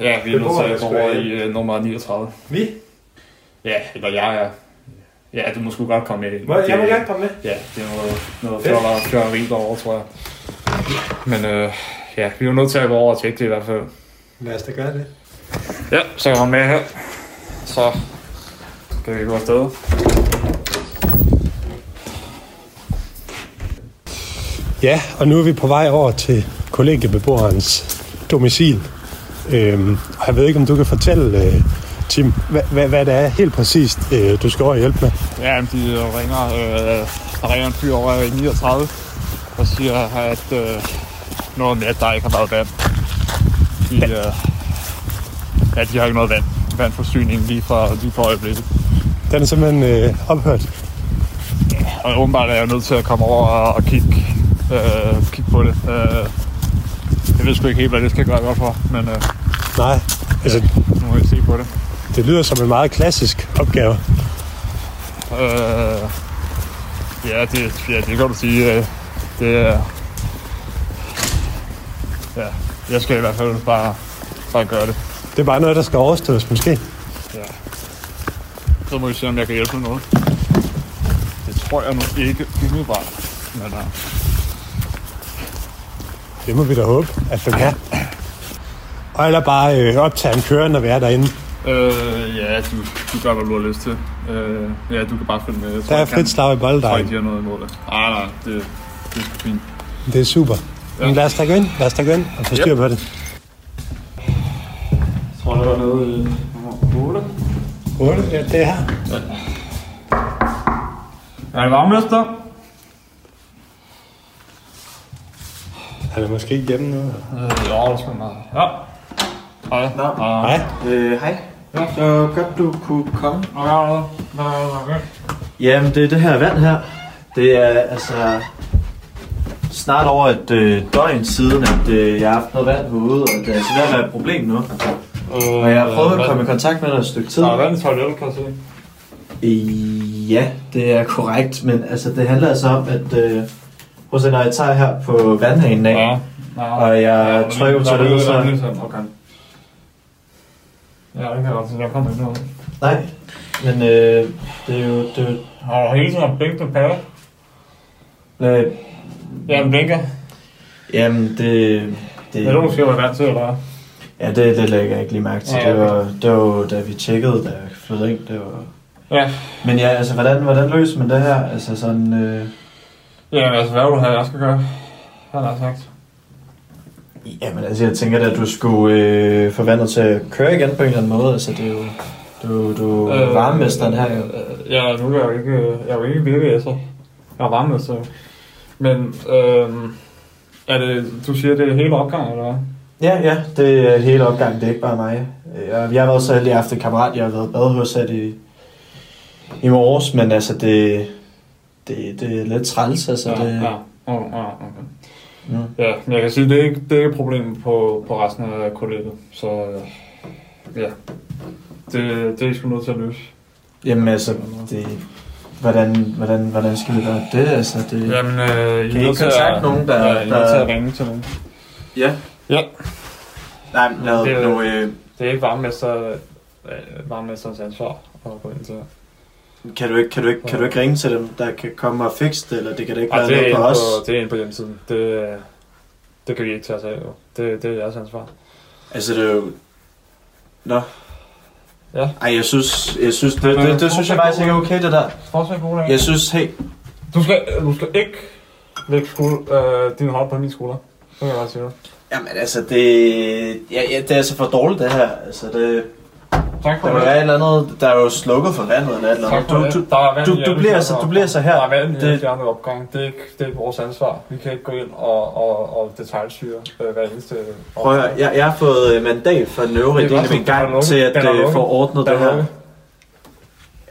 [SPEAKER 2] Ja, vi er
[SPEAKER 3] Det
[SPEAKER 2] nødt
[SPEAKER 3] går,
[SPEAKER 2] til
[SPEAKER 3] jeg
[SPEAKER 2] at gå
[SPEAKER 3] skal
[SPEAKER 2] over
[SPEAKER 3] have.
[SPEAKER 2] i øh, nummer 39.
[SPEAKER 3] Vi?
[SPEAKER 2] Ja, eller jeg er. Ja, du må sgu godt komme med.
[SPEAKER 3] Må,
[SPEAKER 2] det,
[SPEAKER 3] jeg må gerne komme med.
[SPEAKER 2] Ja, det er noget, noget
[SPEAKER 3] Fedt.
[SPEAKER 2] fjoller, fjolleri derovre, tror jeg. Men øh, ja, vi er jo nødt til at gå over og tjekke det i hvert fald.
[SPEAKER 3] Lad os da gøre det.
[SPEAKER 2] Ja, så er han med her. Så kan vi gå afsted.
[SPEAKER 3] Ja, og nu er vi på vej over til kollegiebeboerens domicil. Øhm, og jeg ved ikke, om du kan fortælle, øh, Tim, hvad, hvad, hvad det er helt præcist, øh, du skal over og hjælpe med.
[SPEAKER 2] Ja, men de øh, ringer, øh, der ringer en fyr over i 39 og siger, at øh, noget med, at der ikke har været vand. De, øh, ja, de har ikke noget vand. vandforsyningen lige for, lige for øjeblikket.
[SPEAKER 3] Den er simpelthen øh, ophørt.
[SPEAKER 2] Og åbenbart er jeg nødt til at komme over og, og kigge, øh, kigge på det. Øh, jeg ved sgu ikke helt, hvad det skal gøre godt for, men øh,
[SPEAKER 3] Nej, altså
[SPEAKER 2] nu må vi se på det.
[SPEAKER 3] det lyder som en meget klassisk opgave.
[SPEAKER 2] Øh, ja, det, ja, det kan du sige. øh, Det er... Ja, jeg skal i hvert fald bare, bare gøre det.
[SPEAKER 3] Det er bare noget, der skal overstås måske.
[SPEAKER 2] Så må vi se, om jeg kan hjælpe med noget. Det tror jeg nu ikke umiddelbart. Men uh,
[SPEAKER 3] Det må vi da håbe, at du kan. Og eller bare øh, optage en kører, når vi er derinde.
[SPEAKER 2] øh, ja, du, du gør, hvad du har lyst til. Øh, ja, du kan bare følge med. Jeg
[SPEAKER 3] Der er
[SPEAKER 2] jeg kan-
[SPEAKER 3] frit slag i
[SPEAKER 2] Jeg tror ikke, de
[SPEAKER 3] bolddejen.
[SPEAKER 2] har noget imod det. Nej, nej, det, det er sgu fint.
[SPEAKER 3] Det er super.
[SPEAKER 2] Ja.
[SPEAKER 3] Men lad os da gå ind, lad os da gå ind og få styr på det.
[SPEAKER 2] Jeg tror, det var nede i nummer 8.
[SPEAKER 3] 8, ja, det er her.
[SPEAKER 2] Er det varmester?
[SPEAKER 3] Han er måske hjemme nu.
[SPEAKER 2] Øh, jo, det skal meget. Ja. Hej. Hej.
[SPEAKER 3] Hej.
[SPEAKER 4] Øh, hej.
[SPEAKER 2] Ja.
[SPEAKER 4] Så godt du kunne komme.
[SPEAKER 2] Okay, okay.
[SPEAKER 4] Jamen, det er det her vand her. Det er altså snart over et øh, døgn siden, at øh, jeg har haft noget vand på hovedet, og det er altså ved at være et problem nu.
[SPEAKER 2] Øh,
[SPEAKER 4] Og jeg har prøvet at komme i kontakt med dig et stykke tid.
[SPEAKER 2] Der er vand i toilettet, kan jeg se.
[SPEAKER 4] Øh, Ja, det er korrekt, men altså, det handler altså om, at øh, prøv at se, når jeg tager her på vandhanen af, ja. og jeg trykker på toilettet, så...
[SPEAKER 2] Okay. Ja, det kan jeg godt se. Jeg kommer ikke noget.
[SPEAKER 4] Nej, men øh, det er jo... Det er jo
[SPEAKER 2] Har du hele tiden haft blinket med patter?
[SPEAKER 4] øh,
[SPEAKER 2] Ja, den blinker.
[SPEAKER 4] jamen, det... det
[SPEAKER 2] Det er du måske være vant til, eller hvad?
[SPEAKER 4] Ja, det, det lægger jeg ikke lige mærke til.
[SPEAKER 2] Ja,
[SPEAKER 4] Ja,
[SPEAKER 2] okay.
[SPEAKER 4] okay. det, var, det var da vi tjekkede, da jeg flød ind. Det var...
[SPEAKER 2] Ja.
[SPEAKER 4] Men ja, altså, hvordan, hvordan løser man det her? Altså sådan... Øh...
[SPEAKER 2] Jamen altså, hvad vil du have, jeg skal gøre? Han har sagt.
[SPEAKER 4] Jamen altså, jeg tænker da, at du skulle øh, få vandet til at køre igen på en eller anden måde. Altså, det er jo... Du, du øh, varmemesteren her, jo.
[SPEAKER 2] Øh, ja, nu er jeg jo ikke, jeg er jo ikke VVS'er. Jeg er varmemester. Men øh, er det, du siger, det er hele opgangen, eller hvad?
[SPEAKER 4] Ja, ja, det er hele opgangen, det er ikke bare mig. Jeg, jeg har været så heldig, at jeg har haft en kammerat, jeg har været bad hos her i, i morges, men altså, det, det, det er lidt træls, altså.
[SPEAKER 2] ja,
[SPEAKER 4] det,
[SPEAKER 2] ja. Oh, ja, okay.
[SPEAKER 4] Mm.
[SPEAKER 2] Ja, men jeg kan sige, det er ikke, det er ikke et problem på, på resten af kollegiet. Så øh, ja, det, det er I sgu nødt til at løse.
[SPEAKER 4] Jamen altså, det, hvordan, hvordan, hvordan skal vi gøre det? Altså, det
[SPEAKER 2] Jamen, øh, I
[SPEAKER 4] Kan I kontakte nogen, der-
[SPEAKER 2] Ja, I er nødt til
[SPEAKER 4] der-
[SPEAKER 2] at ringe til nogen.
[SPEAKER 4] ja.
[SPEAKER 2] Ja.
[SPEAKER 4] Nej, men lad,
[SPEAKER 2] Det er-
[SPEAKER 4] nu, øh,
[SPEAKER 2] Det er ikke varmemester, øh, varmemesterens ansvar at gå ind til.
[SPEAKER 4] kan, du ikke, kan, du ikke, kan du ikke ringe til dem, der kan komme og fikse det, eller det kan da ikke
[SPEAKER 2] Ej,
[SPEAKER 4] være
[SPEAKER 2] det, er
[SPEAKER 4] noget
[SPEAKER 2] inde
[SPEAKER 4] på os?
[SPEAKER 2] på, det er inde på hjemmesiden. Det, øh, det kan vi ikke tage os af. jo. Det, det er jeres ansvar.
[SPEAKER 4] Altså, det er jo... Nå.
[SPEAKER 2] Ja.
[SPEAKER 4] Ej, jeg synes, jeg synes det,
[SPEAKER 2] Men-
[SPEAKER 4] det, det, det synes jeg faktisk ikke er okay, det der.
[SPEAKER 2] Fortsæt god dag.
[SPEAKER 4] Jeg synes, hey,
[SPEAKER 2] Du skal, du skal ikke lægge skul, øh, din hånd på min skulder. Det kan jeg bare sige dig.
[SPEAKER 4] Jamen altså, det, ja, ja, det er altså for dårligt det her. Altså, det,
[SPEAKER 2] Tak for
[SPEAKER 4] der må
[SPEAKER 2] det.
[SPEAKER 4] være et eller andet, der er jo slukket for vandet eller et eller
[SPEAKER 2] Tak
[SPEAKER 4] andet.
[SPEAKER 2] for det.
[SPEAKER 4] Du, du,
[SPEAKER 2] Der er vand
[SPEAKER 4] du-
[SPEAKER 2] i
[SPEAKER 4] du
[SPEAKER 2] alle
[SPEAKER 4] bliver
[SPEAKER 2] de
[SPEAKER 4] altså-
[SPEAKER 2] andre
[SPEAKER 4] du bliver altså
[SPEAKER 2] opgange.
[SPEAKER 4] her.
[SPEAKER 2] Der er vand i
[SPEAKER 4] Det-
[SPEAKER 2] alle de andre opgange. Det er ikke, det er ikke vores ansvar. Vi kan ikke gå ind og, og, og detaljstyre øh, hver eneste
[SPEAKER 4] prøv at høre, jeg, jeg har fået øh, mandat fra den øvrige
[SPEAKER 2] Det er
[SPEAKER 4] del af
[SPEAKER 2] godt,
[SPEAKER 4] min
[SPEAKER 2] der er
[SPEAKER 4] gang
[SPEAKER 2] lukket.
[SPEAKER 4] til at
[SPEAKER 2] Den er
[SPEAKER 4] øh,
[SPEAKER 2] lukket.
[SPEAKER 4] få ordnet
[SPEAKER 2] Der er
[SPEAKER 4] det her.
[SPEAKER 2] lukket.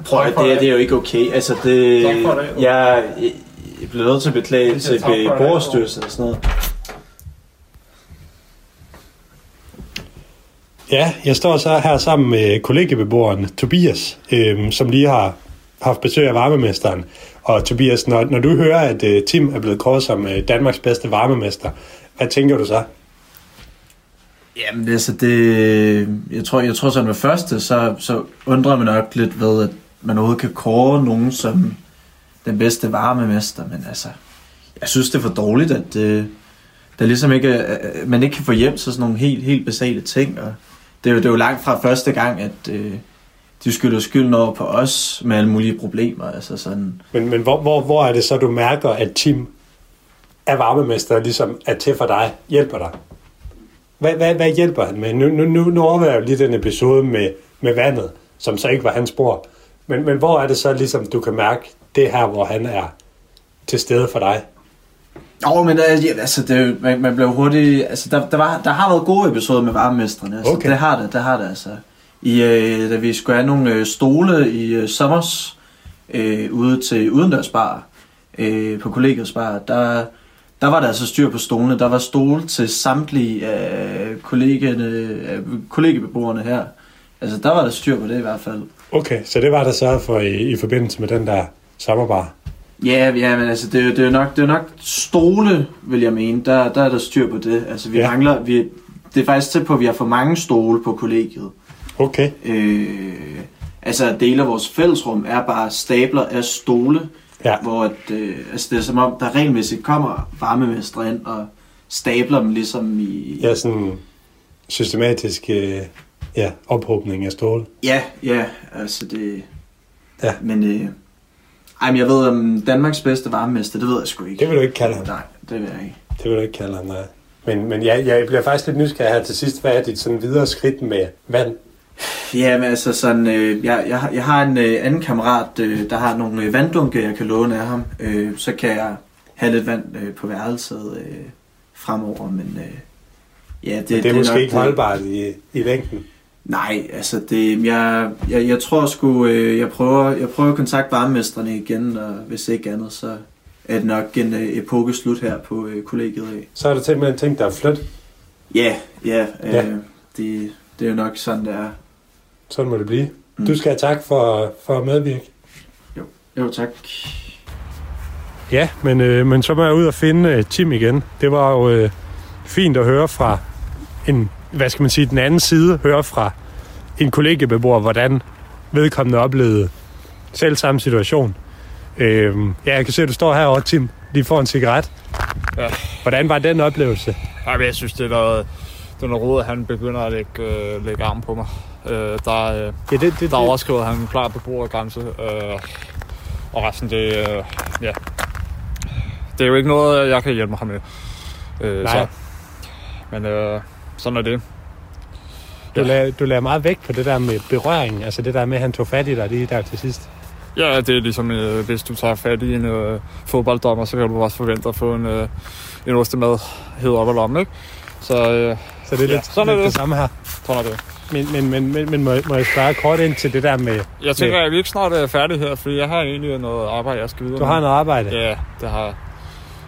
[SPEAKER 4] Prøv at
[SPEAKER 2] Tak for
[SPEAKER 4] høre, det, her,
[SPEAKER 2] det.
[SPEAKER 4] det er jo ikke okay. Altså, det,
[SPEAKER 2] Tak for det.
[SPEAKER 4] jeg, jeg, jeg bliver nødt til at beklage
[SPEAKER 2] Jeg siger
[SPEAKER 4] til
[SPEAKER 2] tak for det.
[SPEAKER 4] beboerstyrelsen og sådan noget.
[SPEAKER 3] Ja, jeg står så her sammen med kollegiebeboeren Tobias, øhm, som lige har haft besøg af varmemesteren. Og Tobias, når, når du hører, at øh, Tim er blevet kåret som øh, Danmarks bedste varmemester, hvad tænker du så?
[SPEAKER 4] Jamen altså det, jeg tror, jeg tror sådan ved første, så, så undrer man nok lidt ved, at man overhovedet kan kåre nogen som den bedste varmemester, men altså, jeg synes det er for dårligt, at øh, der ligesom ikke, er- øh, man ikke kan få hjem til sådan nogle helt, helt basale ting, og det er, jo, det er jo langt fra første gang, at øh, de skylder skylden over på os med alle mulige problemer, altså sådan,
[SPEAKER 3] Men, men hvor, hvor, hvor er det så, du mærker, at Tim er varmemester og ligesom er til for dig, hjælper dig? Hvad, hvad, hvad hjælper han med? Nu, nu, nu, nu overvejer jeg jo lige den episode med, med vandet, som så ikke var hans bror. Men, men hvor er det så, ligesom du kan mærke det her, hvor han er til stede for dig?
[SPEAKER 4] Åh, oh, men øh, ja, altså, det, er jo- man, man blev hurtigt... Altså, der, der, var, der har været gode episoder med varmemestrene. Altså,
[SPEAKER 3] Okay.
[SPEAKER 4] Det har det, det har det, altså.
[SPEAKER 7] i, øh, da vi skulle have nogle øh, stole i øh, sommers øh, ude til udendørsbar øh, på kollegiets bar, der, der var der altså styr på stolene. Der var stole til samtlige af kollegerne, af kollegiebeboerne her. Altså, der var der styr på det i hvert fald.
[SPEAKER 3] Okay, så det var der sørget for i, i forbindelse med den der sommerbar.
[SPEAKER 7] Ja, ja, men altså, det er, jo- det er jo nok, det er jo nok stole, vil jeg mene. Der, der er der styr på det. Altså, vi
[SPEAKER 3] Ja.
[SPEAKER 7] ja. mangler... Vi, det er faktisk tæt på, at vi har for mange stole på kollegiet.
[SPEAKER 3] Okay,
[SPEAKER 7] Øh, altså, dele af vores fællesrum er bare stabler af stole,
[SPEAKER 3] ja.
[SPEAKER 7] hvor at, øh, altså, det er som om, der regelmæssigt kommer varmemestre ind og stabler dem ligesom i...
[SPEAKER 3] Ja, sådan systematisk øh, ja, ophobning af stål.
[SPEAKER 7] Ja, ja, altså det...
[SPEAKER 3] Ja.
[SPEAKER 7] Men, øh, ej, men jeg ved, om Danmarks bedste varmemester, det ved jeg sgu ikke.
[SPEAKER 3] Det vil du ikke kalde ham.
[SPEAKER 7] Nej, det vil jeg ikke.
[SPEAKER 3] Det vil du ikke kalde ham, nej. Men, men jeg, jeg bliver faktisk lidt nysgerrig her til sidst. Hvad er dit sådan videre skridt med vand?
[SPEAKER 7] Ja, men altså sådan, øh, jeg, jeg, har- jeg har en øh, anden kammerat, øh, der har nogle øh, vanddunke, jeg kan låne af ham. Øh, så kan jeg have lidt vand øh, på værelset øh, fremover, men øh, ja, det,
[SPEAKER 3] Det, det er måske
[SPEAKER 7] nok
[SPEAKER 3] ikke
[SPEAKER 7] det.
[SPEAKER 3] holdbart i, i længden.
[SPEAKER 7] Nej, altså det, jeg, jeg, jeg tror sgu, øh, jeg prøver, jeg prøver at kontakte varmemesterne igen, og hvis ikke andet, så er det nok en øh, epoke slut her på øh, kollegiet af.
[SPEAKER 3] Så er der simpelthen ting, der er flot.
[SPEAKER 7] Ja, ja, øh,
[SPEAKER 3] Ja.
[SPEAKER 7] Det, det er jo nok sådan, det er.
[SPEAKER 3] Sådan må det blive.
[SPEAKER 7] Mm.
[SPEAKER 3] Du skal have tak for, for at medvirke.
[SPEAKER 7] Jo, tak.
[SPEAKER 3] Ja, men, øh, men så må jeg ud og finde øh, Tim igen. Det var jo øh, fint at høre fra en, hvad skal man sige, den anden side, høre fra en kollegiebeboer, hvordan vedkommende oplevede selv samme situation. Øh, ja, jeg kan se, at du står herovre, Tim, lige får en cigaret.
[SPEAKER 2] Ja.
[SPEAKER 3] Hvordan var den oplevelse?
[SPEAKER 2] Ej, men jeg synes, det er noget, det er noget råd, at han begynder at lægge, øh, lægge arm på mig. Øh, der, øh,
[SPEAKER 3] Ja, det, det,
[SPEAKER 2] der er overskrevet han en klar beboergrænse. Øh, og resten, det, øh, ja. det er jo ikke noget, jeg kan hjælpe ham med. Øh,
[SPEAKER 3] Nej.
[SPEAKER 2] Så. Men øh, sådan er det.
[SPEAKER 3] Du, lagde, du lagde meget vægt på det der med berøring, altså det der med, at han tog fat i dig lige der til sidst.
[SPEAKER 2] Ja, det er ligesom, øh, hvis du tager fat i en øh, fodbolddommer, så kan du også forvente at få en, øh, en ostemad hed op og lommen, ikke? Så øh,
[SPEAKER 3] Så det er
[SPEAKER 2] Ja,
[SPEAKER 3] lidt,
[SPEAKER 2] sådan er
[SPEAKER 3] lidt
[SPEAKER 2] det.
[SPEAKER 3] det samme her.
[SPEAKER 2] sådan er det.
[SPEAKER 3] Men, men, men, men, men må, må jeg spørge kort ind til det der med,
[SPEAKER 2] Jeg tænker, at vi ikke snart er færdige her, fordi jeg har egentlig noget arbejde, jeg skal videre
[SPEAKER 3] du har
[SPEAKER 2] med.
[SPEAKER 3] noget arbejde.
[SPEAKER 2] Ja, Øh, det har jeg.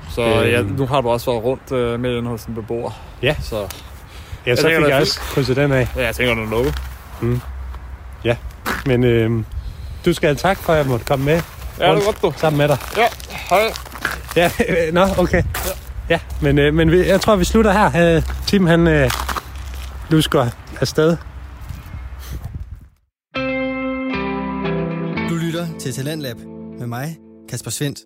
[SPEAKER 2] Så
[SPEAKER 3] Øhm.
[SPEAKER 2] ja, nu har du også været rundt øh, med ind hos en beboer.
[SPEAKER 3] Ja.
[SPEAKER 2] Så
[SPEAKER 3] Ja, så
[SPEAKER 2] tænker,
[SPEAKER 3] fik
[SPEAKER 2] det
[SPEAKER 3] jeg
[SPEAKER 2] er
[SPEAKER 3] også krydset den af.
[SPEAKER 2] ja, jeg tænker, du er lukket.
[SPEAKER 3] Men øh, du skal have tak for, at jeg måtte komme med
[SPEAKER 2] Ja, det er godt, du.
[SPEAKER 3] sammen med dig.
[SPEAKER 2] Ja, hej.
[SPEAKER 3] Ja, øh, nå, okay. Ja, men, øh, men vi, jeg tror, vi slutter her. Øh, Tim, han øh, lusker afsted.
[SPEAKER 1] Du lytter til Talentlab med mig, Kasper Svendt.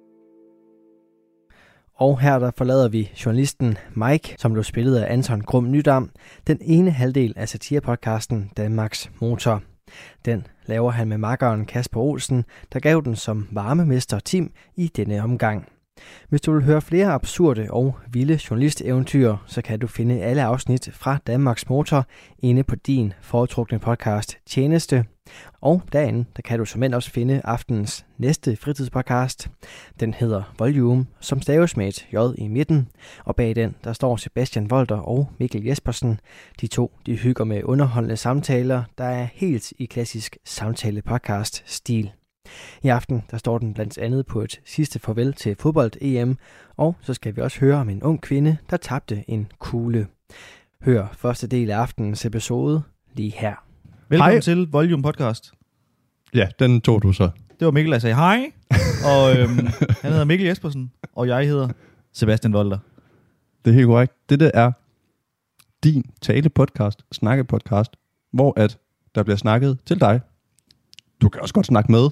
[SPEAKER 1] Og her der forlader vi journalisten Mike, som blev spillet af Anton Grum Nydam, den ene halvdel af satirepodcasten Danmarks Motor. Den laver han med makkeren Kasper Olsen, der gav den som varmemester Tim i denne omgang. Hvis du vil høre flere absurde og vilde journalisteventyr, så kan du finde alle afsnit fra Danmarks Motor inde på din foretrukne podcast Tjeneste, og derinde, der kan du som også finde aftenens næste fritidspodcast. Den hedder Volume, som staves med et J i midten. Og bag den, der står Sebastian Volter og Mikkel Jespersen. De to, de hygger med underholdende samtaler, der er helt i klassisk samtale-podcast-stil. I aften, der står den blandt andet på et sidste farvel til fodbold-EM, og så skal vi også høre om en ung kvinde, der tabte en kugle. Hør første del af aftenens episode lige her.
[SPEAKER 5] Velkommen
[SPEAKER 4] Velkommen
[SPEAKER 5] Hej.
[SPEAKER 4] Hej. til Volume Podcast.
[SPEAKER 5] Ja, den tog du så.
[SPEAKER 4] Det var Mikkel, der sagde hej. Og øhm, han hedder Mikkel Jespersen, og jeg hedder Sebastian Volter.
[SPEAKER 5] Det er helt korrekt. Det der er din tale-podcast, snakke-podcast, hvor at der bliver snakket til dig. Du kan også godt snakke med.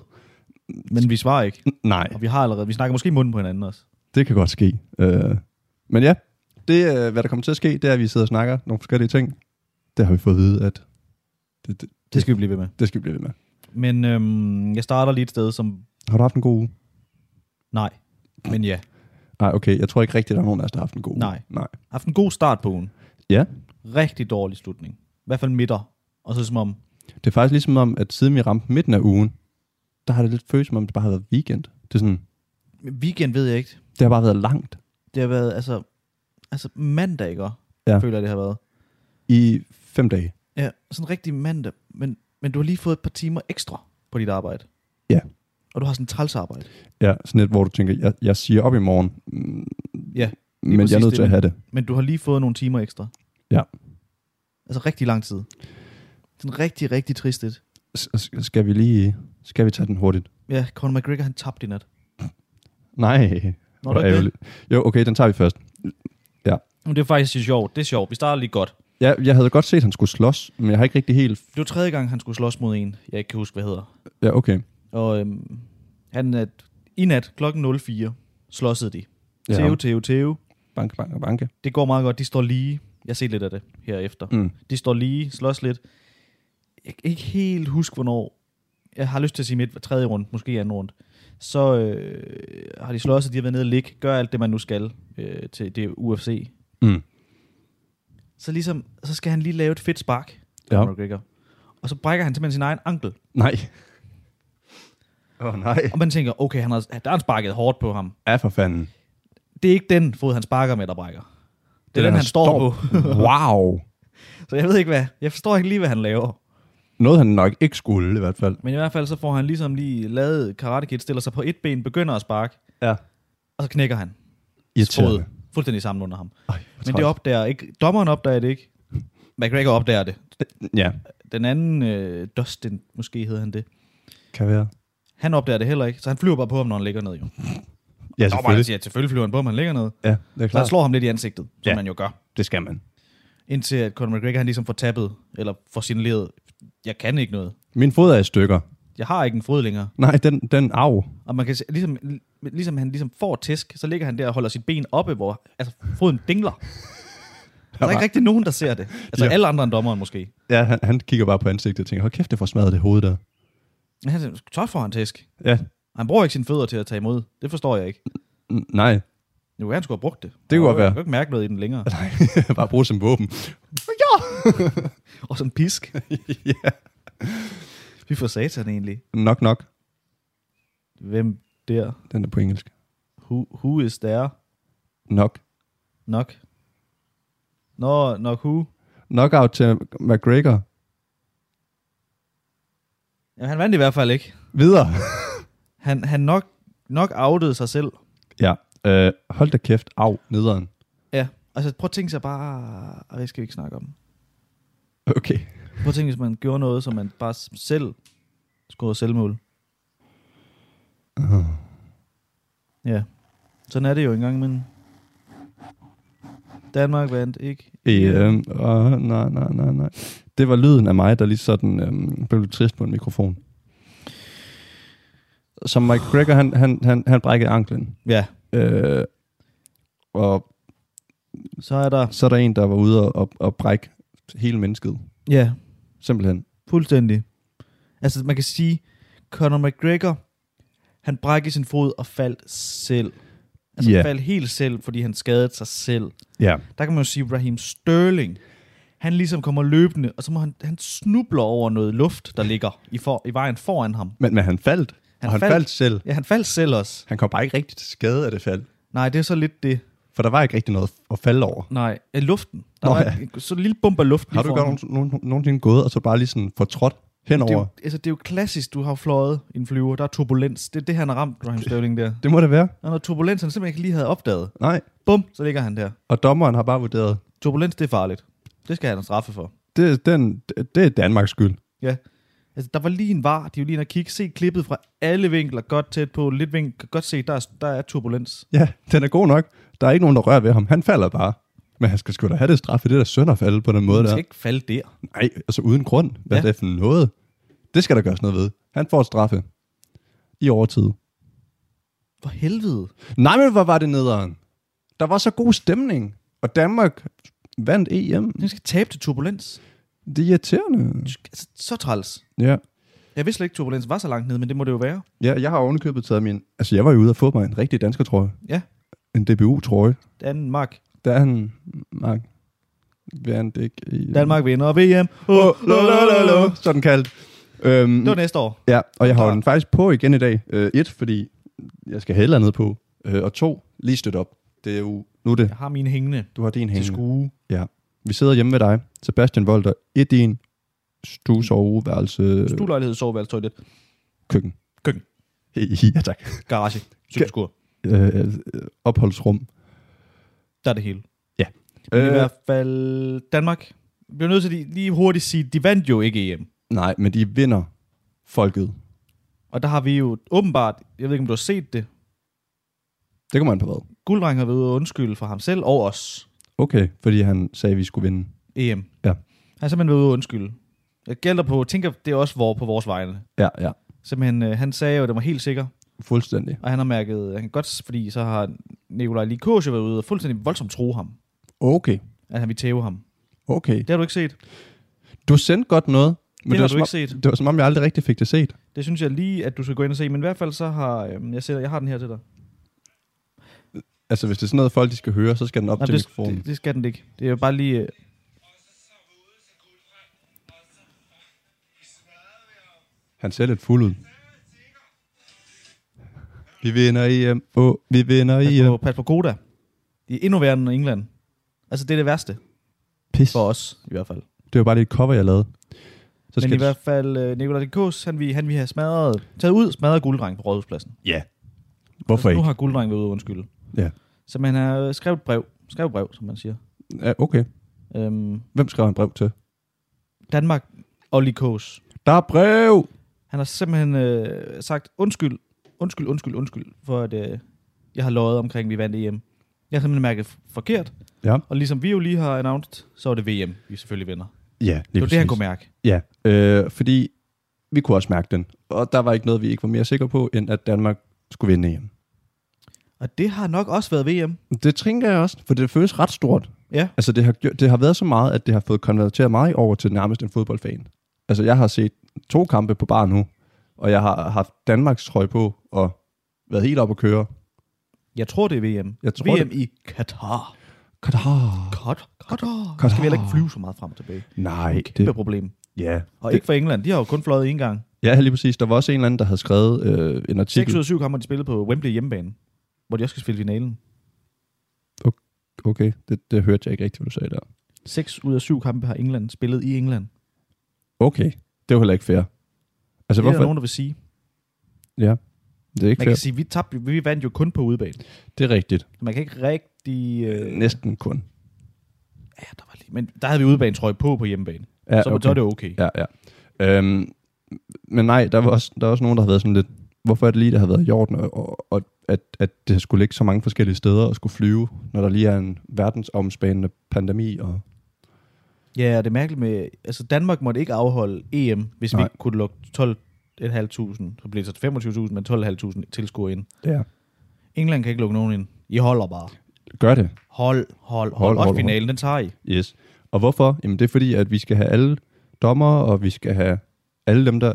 [SPEAKER 4] Men vi svarer
[SPEAKER 5] [laughs]
[SPEAKER 4] ikke.
[SPEAKER 5] N- Nej,
[SPEAKER 4] Og vi har allerede, vi snakker måske i munden på hinanden også.
[SPEAKER 5] det kan godt ske. Øh, men ja, det, øh, hvad der kommer til at ske, det er, at vi sidder og snakker nogle forskellige ting. Det har vi fået at vide, at det, det,
[SPEAKER 4] Det skal vi blive ved med.
[SPEAKER 5] det skal vi blive ved med.
[SPEAKER 4] Men øhm, jeg starter lige et sted, som
[SPEAKER 5] Har du haft en god uge?
[SPEAKER 4] nej. Men ja,
[SPEAKER 5] Nej, okay. Jeg tror ikke rigtigt, der er nogen af os, der har haft en god uge.
[SPEAKER 4] Nej.
[SPEAKER 5] Nej.
[SPEAKER 4] haft en god start på ugen.
[SPEAKER 5] Ja.
[SPEAKER 4] Rigtig dårlig slutning. I hvert fald midter. Og så som om,
[SPEAKER 5] Det er faktisk ligesom om, at siden vi ramte midten af ugen, der har det lidt følt, som om det bare har været weekend. Det, er sådan,
[SPEAKER 4] weekend ved jeg ikke.
[SPEAKER 5] det har bare været langt.
[SPEAKER 4] Det har været, altså, altså mandag, ikke?
[SPEAKER 5] Ja.
[SPEAKER 4] Ja. Føler jeg, det har været.
[SPEAKER 5] I fem dage.
[SPEAKER 4] Ja, sådan rigtig mandag. Men Men du har lige fået et par timer ekstra på dit arbejde.
[SPEAKER 5] Ja.
[SPEAKER 4] Og du har sådan et trælsarbejde.
[SPEAKER 5] Ja, sådan et, hvor du tænker, jeg, jeg siger op i morgen, mm,
[SPEAKER 4] Ja,
[SPEAKER 5] men jeg er
[SPEAKER 4] præcis
[SPEAKER 5] nødt
[SPEAKER 4] det,
[SPEAKER 5] til at
[SPEAKER 4] men-
[SPEAKER 5] have det.
[SPEAKER 4] Men du har lige fået nogle timer ekstra.
[SPEAKER 5] Ja.
[SPEAKER 4] Altså rigtig lang tid. Sådan rigtig, rigtig trist. et.
[SPEAKER 5] S- s- skal vi lige, skal vi tage den hurtigt?
[SPEAKER 4] Ja, Conor McGregor, han tabte i nat.
[SPEAKER 5] Nej,
[SPEAKER 4] Nå,
[SPEAKER 5] hvor
[SPEAKER 4] det er ikke det.
[SPEAKER 5] ærgerligt. Jo, okay, den tager vi først.
[SPEAKER 4] Men det er faktisk sjovt. Det er sjovt. Vi starter lige godt.
[SPEAKER 5] Ja, jeg havde godt set, at han skulle slås, men jeg har ikke rigtig helt...
[SPEAKER 4] Det var tredje gang, han skulle slås mod en, jeg ikke kan huske, hvad hedder.
[SPEAKER 5] Ja, okay.
[SPEAKER 4] Og øhm, han er i nat klokken 04 slåsede de.
[SPEAKER 5] Ja.
[SPEAKER 4] Teo, teo, teo.
[SPEAKER 5] Banke, banke, banke.
[SPEAKER 4] Det går meget godt. De står lige. Jeg har set lidt af det herefter.
[SPEAKER 5] Mm.
[SPEAKER 4] De står lige, slås lidt. Jeg kan ikke helt huske, hvornår. Jeg har lyst til at sige midt tredje runde, måske anden runde. Så øh, har de slås, og de har været nede og ligge. Gør alt det, man nu skal øh, til det UFC.
[SPEAKER 5] Mm.
[SPEAKER 4] Så, ligesom, så skal han lige lave et fedt spark.
[SPEAKER 5] Ja.
[SPEAKER 4] Conor McGregor. Og så brækker han simpelthen sin egen ankel.
[SPEAKER 5] Nej. Åh, oh, nej.
[SPEAKER 4] Og man tænker, okay, han har, der har han sparket hårdt på ham.
[SPEAKER 5] Ja, for fanden.
[SPEAKER 4] Det er ikke den fod, han sparker med, der brækker. Det er den, den han står, på. [laughs]
[SPEAKER 5] wow.
[SPEAKER 4] Så jeg ved ikke hvad. Jeg forstår ikke lige, hvad han laver.
[SPEAKER 5] Noget, han nok ikke skulle, i hvert fald.
[SPEAKER 4] Men i hvert fald så får han ligesom lige lavet Karate Kid, stiller sig på et ben, begynder at sparke,
[SPEAKER 5] Ja.
[SPEAKER 4] og så knækker han.
[SPEAKER 5] Irriterende.
[SPEAKER 4] Fod Fuldstændig sammen under ham.
[SPEAKER 5] Ej,
[SPEAKER 4] Men det opdager ikke. Dommeren opdager det ikke. McGregor opdager det.
[SPEAKER 5] Ja,
[SPEAKER 4] Den anden, øh, Dustin, måske hedder han det.
[SPEAKER 5] kan være.
[SPEAKER 4] Han opdager det heller ikke, så han flyver bare på ham, når han ligger ned. Jo.
[SPEAKER 5] Ja,
[SPEAKER 4] Dommeren
[SPEAKER 5] Altså, selvfølgelig.
[SPEAKER 4] siger, selvfølgelig flyver han på ham, når han ligger ned.
[SPEAKER 5] Ja, det er
[SPEAKER 4] Så han
[SPEAKER 5] klart.
[SPEAKER 4] slår ham lidt i ansigtet, som
[SPEAKER 5] Ja.
[SPEAKER 4] man jo gør.
[SPEAKER 5] Det skal man.
[SPEAKER 4] Indtil at Conor McGregor han ligesom får tappet, eller får signaleret, jeg kan ikke noget.
[SPEAKER 5] Min fod er i stykker.
[SPEAKER 4] Jeg har ikke en fod længere.
[SPEAKER 5] Nej, den, den arv.
[SPEAKER 4] Og man kan se, ligesom, ligesom han ligesom får tæsk, så ligger han der og holder sit ben oppe, hvor altså, foden dingler. Der er ikke rigtig nogen, der ser det. Altså
[SPEAKER 5] Ja.
[SPEAKER 4] ja. alle andre end dommeren måske.
[SPEAKER 5] Ja, han, han kigger bare på ansigtet og tænker, hold kæft, det får smadret det hoved der.
[SPEAKER 4] Men han siger, så får han tæsk.
[SPEAKER 5] Ja,
[SPEAKER 4] Han bruger ikke sine fødder til at tage imod. Det forstår jeg ikke.
[SPEAKER 5] n- nej. [laughs]
[SPEAKER 4] Nu kan han skulle have brugt det.
[SPEAKER 5] Det kunne godt være.
[SPEAKER 4] Jeg kan ikke mærke noget i den længere.
[SPEAKER 5] bare bruge som våben.
[SPEAKER 4] Og sådan en pisk.
[SPEAKER 5] [laughs] ja.
[SPEAKER 4] Vi får satan egentlig.
[SPEAKER 5] Nok, nok.
[SPEAKER 4] Hvem der?
[SPEAKER 5] Den er på engelsk.
[SPEAKER 4] Who, who is there?
[SPEAKER 5] Nok.
[SPEAKER 4] Nok. Nå, nok who?
[SPEAKER 5] Knockout til McGregor.
[SPEAKER 4] Jamen, han vandt i hvert fald ikke.
[SPEAKER 5] Videre. [laughs]
[SPEAKER 4] Han, han nok, nok outede sig selv.
[SPEAKER 5] ja. Øh, hold da kæft. Au, nederen.
[SPEAKER 4] Ja, altså prøv at tænke sig bare... Ej, det skal vi ikke snakke om.
[SPEAKER 5] [laughs] Okay.
[SPEAKER 4] Prøv at tænke, hvis man gjorde noget, som man bare s- selv scorede selvmål. Uh. Ja. Sådan er det jo engang, men... Danmark vandt, ikke?
[SPEAKER 5] Øhm, åh, nej, nej, nej, nej. Det var lyden af mig, der lige sådan øhm, blev lidt trist på en mikrofon. Som Mike Gregor, han, han, han, han brækkede anklen.
[SPEAKER 4] Ja.
[SPEAKER 5] Øh, og
[SPEAKER 4] Så er der...
[SPEAKER 5] så er der en, der var ude og, og, og brække hele mennesket.
[SPEAKER 4] Ja,
[SPEAKER 5] Simpelthen.
[SPEAKER 4] fuldstændig. Altså, man kan sige, Conor McGregor, han brækkede sin fod og faldt selv. Altså,
[SPEAKER 5] Ja.
[SPEAKER 4] yeah. faldt helt selv, fordi han skadede sig selv.
[SPEAKER 5] Ja.
[SPEAKER 4] der kan man jo sige, Raheem Sterling, han ligesom kommer løbende, og så må han, han snubler over noget luft, der ligger i, for, i vejen foran ham.
[SPEAKER 5] Men, men han faldt. Han og han faldt. faldt selv.
[SPEAKER 4] Ja, han faldt selv også.
[SPEAKER 5] Han kom bare ikke rigtig til skade af det fald.
[SPEAKER 4] Nej, det er så lidt det.
[SPEAKER 5] For der var ikke rigtig noget at falde over.
[SPEAKER 4] Nej, af luften. Der
[SPEAKER 5] Nå,
[SPEAKER 4] Nå, var ja. en, så en lille bump af luft
[SPEAKER 5] Har du
[SPEAKER 4] lige
[SPEAKER 5] godt
[SPEAKER 4] foran ham.
[SPEAKER 5] nogen- nogen- nogensinde gået, og så bare lige sådan fortrådt
[SPEAKER 4] det er,
[SPEAKER 5] henover?
[SPEAKER 4] jo, altså, det er jo klassisk, du har fløjet i en flyver. Der er turbulens. Det er det, han har ramt, Raheem Sterling der.
[SPEAKER 5] Det må det være.
[SPEAKER 4] Der er noget turbulens, han simpelthen ikke lige havde opdaget.
[SPEAKER 5] Nej.
[SPEAKER 4] Bum, så ligger han der.
[SPEAKER 5] Og dommeren har bare vurderet,
[SPEAKER 4] Turbulens, det er farligt. Det skal han have straffe for.
[SPEAKER 5] det, den, det er Danmarks skyld.
[SPEAKER 4] Ja. Altså, der var lige en var, de var lige inde og kigge. Se klippet fra alle vinkler, godt tæt på, lidt vinkel, godt se, der er, der er turbulens.
[SPEAKER 5] Ja, den er god nok. Der er ikke nogen, der rører ved ham. Han falder bare. Men han skal sgu da have det straf, for det der sønderfald på den måde
[SPEAKER 4] Man skal
[SPEAKER 5] der.
[SPEAKER 4] ikke falde der.
[SPEAKER 5] Nej, altså uden grund. Hvad ja.
[SPEAKER 4] Ja.
[SPEAKER 5] er det for noget? Det skal der gøres noget ved. Han får et straffe. I overtid.
[SPEAKER 4] For helvede.
[SPEAKER 5] Nej, men hvor var det nederen? Der var så god stemning. Og Danmark vandt EM.
[SPEAKER 4] Den skal tabe til turbulens.
[SPEAKER 5] Det er irriterende.
[SPEAKER 4] Altså, så træls.
[SPEAKER 5] Ja.
[SPEAKER 4] Jeg vidste slet ikke, turbulens var så langt nede, men det må det jo være.
[SPEAKER 5] Ja, jeg har ovenikøbet taget min... Altså, jeg var jo ude og få mig en rigtig dansker trøje.
[SPEAKER 4] Ja.
[SPEAKER 5] En DBU-trøje.
[SPEAKER 4] Danmark.
[SPEAKER 5] Der er en... Mark... Hvad er en dæk i...
[SPEAKER 4] Danmark vinder VM. Oh, lo, lo, lo, lo.
[SPEAKER 5] Sådan kaldt. Øhm,
[SPEAKER 4] Det var næste år.
[SPEAKER 5] ja, og jeg har jo den faktisk på igen i dag. Øh, et, fordi jeg skal have et eller andet på. Øh, og to, lige støt op. Det er jo... Nu er det.
[SPEAKER 4] Jeg har mine hængende
[SPEAKER 5] Du har din
[SPEAKER 4] til
[SPEAKER 5] hængende.
[SPEAKER 4] skue.
[SPEAKER 5] Ja. Vi sidder hjemme ved dig. Sebastian Volter. Et din. Stue, soveværelse,
[SPEAKER 4] Stuelejlighed, soveværelse, toilet,
[SPEAKER 5] køkken.
[SPEAKER 4] Køkken.
[SPEAKER 5] [laughs] Ja, tak.
[SPEAKER 4] garage, cykelskur.
[SPEAKER 5] Øh, øh, opholdsrum.
[SPEAKER 4] Der er det hele. Men I
[SPEAKER 5] Øh,
[SPEAKER 4] hvert fald Danmark. Vi bliver nødt til lige- lige hurtigt at sige, de vandt jo ikke E EM.
[SPEAKER 5] nej, men de vinder folket.
[SPEAKER 4] Og der har vi jo åbenbart, jeg ved ikke om du har set det,
[SPEAKER 5] Det kommer an på hvad.
[SPEAKER 4] Gulddreng har været ude at undskylde for ham selv og os
[SPEAKER 5] Okay, fordi han sagde, at vi skulle vinde.
[SPEAKER 4] EM.
[SPEAKER 5] Ja.
[SPEAKER 4] Han har simpelthen været ude at undskylde. Jeg gælder på, tænker det er også vor på vores vegne.
[SPEAKER 5] Ja, ja.
[SPEAKER 4] Simpelthen, øh, han sagde jo, at det var helt sikker,
[SPEAKER 5] Fuldstændig.
[SPEAKER 4] og han har mærket, øh, han kan godt, fordi så har Nikolaj Likosje været ude og fuldstændig voldsomt tro ham,
[SPEAKER 5] Okay.
[SPEAKER 4] at han vil tæve ham.
[SPEAKER 5] Okay.
[SPEAKER 4] Det har du ikke set.
[SPEAKER 5] Du sendte godt noget, men det,
[SPEAKER 4] har
[SPEAKER 5] var,
[SPEAKER 4] du
[SPEAKER 5] som
[SPEAKER 4] ikke
[SPEAKER 5] om,
[SPEAKER 4] set.
[SPEAKER 5] det var som om, jeg aldrig rigtig fik det set.
[SPEAKER 4] Det synes jeg lige, at du skal gå ind og se, men i hvert fald så har, øhm, jeg, sætter, jeg har den her til dig.
[SPEAKER 5] Altså, hvis det er sådan noget, folk de skal høre, så skal den op
[SPEAKER 4] Nej,
[SPEAKER 5] til
[SPEAKER 4] det,
[SPEAKER 5] mikrofonen.
[SPEAKER 4] det, det skal den ikke. Det er jo bare lige... øh,
[SPEAKER 5] Han ser lidt fuld ud. Vi vinder EM. Åh, vi vinder
[SPEAKER 4] Pas på,
[SPEAKER 5] EM.
[SPEAKER 4] pas på Koda. De er endnu værre end England. Altså, det er det værste
[SPEAKER 5] Pis.
[SPEAKER 4] for os, i hvert fald.
[SPEAKER 5] Det var bare det cover, jeg lavede. Så
[SPEAKER 4] Men i
[SPEAKER 5] skal
[SPEAKER 4] hvert fald, øh, Nikolaj Kås, han vil, han vil have smadret, taget ud, smadret gulddreng på rådhuspladsen.
[SPEAKER 5] Ja. Hvorfor
[SPEAKER 4] altså,
[SPEAKER 5] ikke?
[SPEAKER 4] nu har gulddreng været ude, undskyld.
[SPEAKER 5] Ja.
[SPEAKER 4] Så man har øh, skrevet et brev, skrevet et brev, som man siger.
[SPEAKER 5] Ja, okay.
[SPEAKER 4] Øhm,
[SPEAKER 5] Hvem skrev han brev til?
[SPEAKER 4] Danmark og Likos.
[SPEAKER 5] Der er brev!
[SPEAKER 4] Han har simpelthen øh, sagt, undskyld, undskyld, undskyld, undskyld, for at øh, jeg har løjet omkring, at vi vandt EM. Jeg har simpelthen mærket f- forkert.
[SPEAKER 5] Ja.
[SPEAKER 4] Og ligesom vi jo lige har announced, så er det VM, vi selvfølgelig vinder. Det
[SPEAKER 5] Ja, lige
[SPEAKER 4] var det, han kunne mærke.
[SPEAKER 5] Ja, øh, fordi vi kunne også mærke den. Og der var ikke noget, vi ikke var mere sikre på, end at Danmark skulle vinde hjem.
[SPEAKER 4] Og det har nok også været VM.
[SPEAKER 5] Det tænker jeg også, for det føles ret stort.
[SPEAKER 4] Ja.
[SPEAKER 5] Altså, det har, gjort- det har været så meget, at det har fået konverteret mig over til nærmest en fodboldfan. Altså, jeg har set to kampe på bar nu, og jeg har haft Danmarks trøje på og været helt op at køre.
[SPEAKER 4] Jeg tror, det er VM.
[SPEAKER 5] Jeg tror,
[SPEAKER 4] VM i Katar.
[SPEAKER 5] Katar.
[SPEAKER 4] Godt, godt.
[SPEAKER 5] Katar.
[SPEAKER 4] Så skal vi heller ikke flyve så meget frem og tilbage.
[SPEAKER 5] Nej,
[SPEAKER 4] Det er
[SPEAKER 5] det,
[SPEAKER 4] et problem.
[SPEAKER 5] ja.
[SPEAKER 4] Og
[SPEAKER 5] det,
[SPEAKER 4] ikke for England. De har jo kun fløjet én gang.
[SPEAKER 5] ja, lige præcis. Der var også en eller anden, der havde skrevet øh, en
[SPEAKER 4] 6 ud
[SPEAKER 5] artikel.
[SPEAKER 4] af 7 kampe, de spillede på Wembley hjemmebane, hvor de også skal spille finalen.
[SPEAKER 5] Okay, det, det hørte jeg ikke rigtigt, hvad du sagde der.
[SPEAKER 4] 6 ud af 7 kampe har England spillet i England.
[SPEAKER 5] Okay, det var heller ikke fair. Altså,
[SPEAKER 4] Så det er
[SPEAKER 5] hvorfor?
[SPEAKER 4] der nogen, der vil sige.
[SPEAKER 5] Det er ikke
[SPEAKER 4] Man kan
[SPEAKER 5] fair.
[SPEAKER 4] sige, vi, tabte, jo- vi vandt jo kun på udebane.
[SPEAKER 5] Det er rigtigt.
[SPEAKER 4] Man kan ikke rigtig... Øh,
[SPEAKER 5] Næsten kun.
[SPEAKER 4] ja, der var lige, men der havde vi udebane trøje på på hjemmebane.
[SPEAKER 5] Ja,
[SPEAKER 4] så, så er det okay.
[SPEAKER 5] Ja, ja. Øhm, men nej, der var også, der er også nogen, der har været sådan lidt, hvorfor er det lige, det har været i orden, og, og, og at, at det skulle ligge så mange forskellige steder og skulle flyve, når der lige er en verdensomspændende pandemi. Og,
[SPEAKER 4] Ja, og det er mærkeligt med... Altså, Danmark måtte ikke afholde EM, hvis Nej.
[SPEAKER 5] Nej.
[SPEAKER 4] vi kunne lukke 12.500. Så blev det så 25.000, men 12.500 tilskuere ind.
[SPEAKER 5] ja.
[SPEAKER 4] England kan ikke lukke nogen ind. I holder bare.
[SPEAKER 5] Gør det.
[SPEAKER 4] Hold, hold, hold.
[SPEAKER 5] Hold,
[SPEAKER 4] hold Også
[SPEAKER 5] hold,
[SPEAKER 4] hold, finalen, den tager I.
[SPEAKER 5] Yes. Og hvorfor? Jamen det er fordi, at vi skal have alle dommer, og vi skal have alle dem, der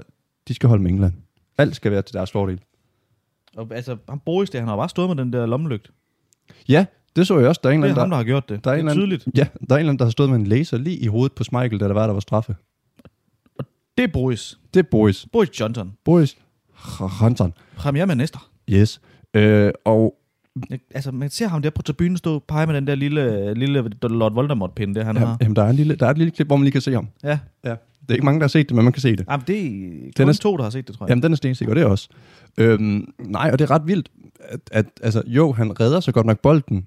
[SPEAKER 5] de skal holde med England. Alt skal være til deres fordel.
[SPEAKER 4] Og altså, han Boris der, han har bare stået med den der lommelygt.
[SPEAKER 5] Ja, det så jeg også. Der er en
[SPEAKER 4] Det
[SPEAKER 5] eller
[SPEAKER 4] er ham,
[SPEAKER 5] anden,
[SPEAKER 4] der
[SPEAKER 5] der,
[SPEAKER 4] har gjort det.
[SPEAKER 5] der er en
[SPEAKER 4] det er
[SPEAKER 5] eller
[SPEAKER 4] tydeligt.
[SPEAKER 5] anden, ja, der er en eller anden, der har stået med en laser lige i hovedet på Michael, da der var, der var straffe.
[SPEAKER 4] Det er Boris.
[SPEAKER 5] Det er Boris.
[SPEAKER 4] Boris Johnson.
[SPEAKER 5] Boris Hansen.
[SPEAKER 4] Premierminister.
[SPEAKER 5] Yes. Øh, og
[SPEAKER 4] Jeg- Altså, man ser ham der på tribunen stå og pege med den der lille, lille Lord Voldemort-pinde, der han
[SPEAKER 5] ja.
[SPEAKER 4] har.
[SPEAKER 5] jamen, der, er en lille, der er et lille klip, hvor man lige kan se ham.
[SPEAKER 4] Ja.
[SPEAKER 5] Ja. Det er ikke mange, der har set det, men man kan se det.
[SPEAKER 4] Jamen, det er
[SPEAKER 5] Den
[SPEAKER 4] kun
[SPEAKER 5] er-
[SPEAKER 4] to, der har set det, tror jeg.
[SPEAKER 5] Jamen, den er stensikker, det er også. Øhm, nej, og det er ret vildt, at, at altså, jo, han redder så godt nok bolden.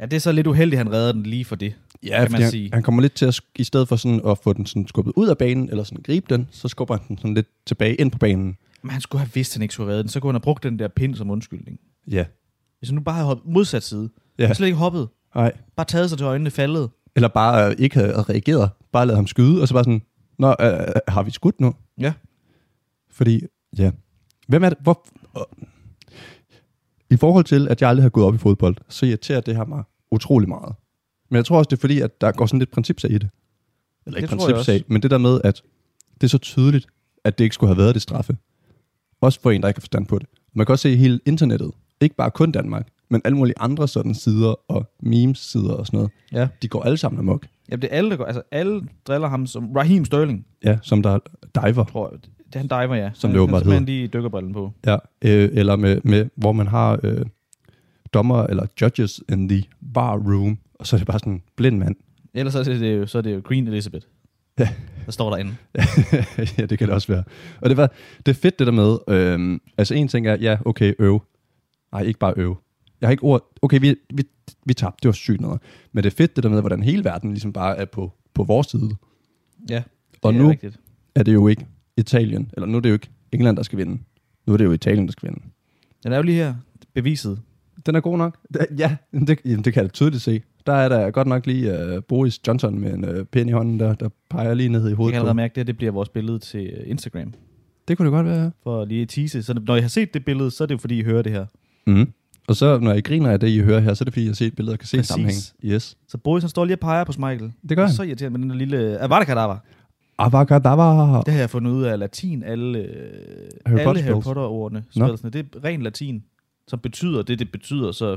[SPEAKER 4] Ja, det er så lidt uheldigt, han redder den lige for det.
[SPEAKER 5] Ja,
[SPEAKER 4] Kan man
[SPEAKER 5] fordi han,
[SPEAKER 4] sige.
[SPEAKER 5] han kommer lidt til at, sk- i stedet for sådan at få den sådan skubbet ud af banen, eller sådan gribe den, så skubber han den sådan lidt tilbage ind på banen.
[SPEAKER 4] Men han skulle have vidst, at han ikke skulle have reddet den. Så kunne han have brugt den der pind som undskyldning.
[SPEAKER 5] Ja.
[SPEAKER 4] Hvis han nu bare havde hoppet modsat side.
[SPEAKER 5] Ja.
[SPEAKER 4] Ja. Han slet ikke hoppet.
[SPEAKER 5] Nej.
[SPEAKER 4] Bare taget sig til øjnene, faldet.
[SPEAKER 5] Eller bare øh, ikke havde reageret, bare lavet ham skyde, og så bare sådan, Nå, øh, har vi skudt nu?
[SPEAKER 4] Ja.
[SPEAKER 5] Fordi, ja. Hvem er det? Hvor... og- I forhold til, at jeg aldrig har gået op i fodbold, så irriterer det her mig utrolig meget. Men jeg tror også, det er fordi, at der går sådan lidt principsag i det. Eller ikke
[SPEAKER 4] Det tror jeg
[SPEAKER 5] principsag,
[SPEAKER 4] også.
[SPEAKER 5] men det der med, at det er så tydeligt, at det ikke skulle have været det straffe. Også for en, der ikke har forstand på det. Man kan også se hele internettet. Ikke bare kun Danmark, men alle mulige andre sådan sider og memes-sider og sådan noget.
[SPEAKER 4] Ja.
[SPEAKER 5] De går alle sammen amok.
[SPEAKER 4] Jamen, det er alle, der går. Altså, alle driller ham som Raheem Sterling,
[SPEAKER 5] Ja, som der diver.
[SPEAKER 4] tror jeg. Det, han diver, ja.
[SPEAKER 5] Som
[SPEAKER 4] han,
[SPEAKER 5] det åbenbart
[SPEAKER 4] Han simpelthen lige dykkerbrillen på.
[SPEAKER 5] Ja, øh, eller med, med, hvor man har øh, dommer eller judges in the bar room, og så er det bare sådan en blind mand. [laughs]
[SPEAKER 4] Ellers så er det, jo- så er det jo Queen Elizabeth.
[SPEAKER 5] Ja.
[SPEAKER 4] der står derinde.
[SPEAKER 5] ja, det kan det også være. Og det, var, det er fedt det der med, øhm, altså en ting er, ja, okay, øv. Nej, ikke bare øv. Jeg har ikke ord, okay, vi, vi, vi tabte, det var sygt noget. Men det er fedt det der med, hvordan hele verden ligesom bare er på, på vores side.
[SPEAKER 4] Ja,
[SPEAKER 5] Og
[SPEAKER 4] det
[SPEAKER 5] nu-
[SPEAKER 4] er rigtigt.
[SPEAKER 5] Er det jo ikke Italien, eller nu er det jo ikke England, der skal vinde. Nu er det jo Italien, der skal vinde.
[SPEAKER 4] Den er jo lige her beviset.
[SPEAKER 5] Den er god nok. Da- Ja, det, jamen, det kan jeg da tydeligt se. Der er der godt nok lige øh, Boris Johnson med en øh, pind i hånden, der, der peger lige ned i
[SPEAKER 4] Jeg kan
[SPEAKER 5] hovedet. på.
[SPEAKER 4] allerede mærke, at det her det bliver vores billede til øh, Instagram.
[SPEAKER 5] Det kunne det godt være.
[SPEAKER 4] For lige at tease. Så når I har set det billede, så er det jo fordi, I hører det her.
[SPEAKER 5] Mm. Og så, når jeg griner af det, I hører her, så er det fordi, jeg ser et billede og kan se
[SPEAKER 4] Præcis.
[SPEAKER 5] sammenhæng. Yes.
[SPEAKER 4] Så Boris han står lige og peger på Michael.
[SPEAKER 5] Det gør
[SPEAKER 4] han.
[SPEAKER 5] han.
[SPEAKER 4] Så irriterende med den der lille... Avadakadabra.
[SPEAKER 5] Avacadabra.
[SPEAKER 4] Det har jeg fundet ud af latin. Alle, øh,
[SPEAKER 5] Harry
[SPEAKER 4] alle
[SPEAKER 5] Potter
[SPEAKER 4] Harry
[SPEAKER 5] spells.
[SPEAKER 4] Potter-ordene.
[SPEAKER 5] Nå.
[SPEAKER 4] Spelsene, det er ren latin, som betyder det, det betyder. Så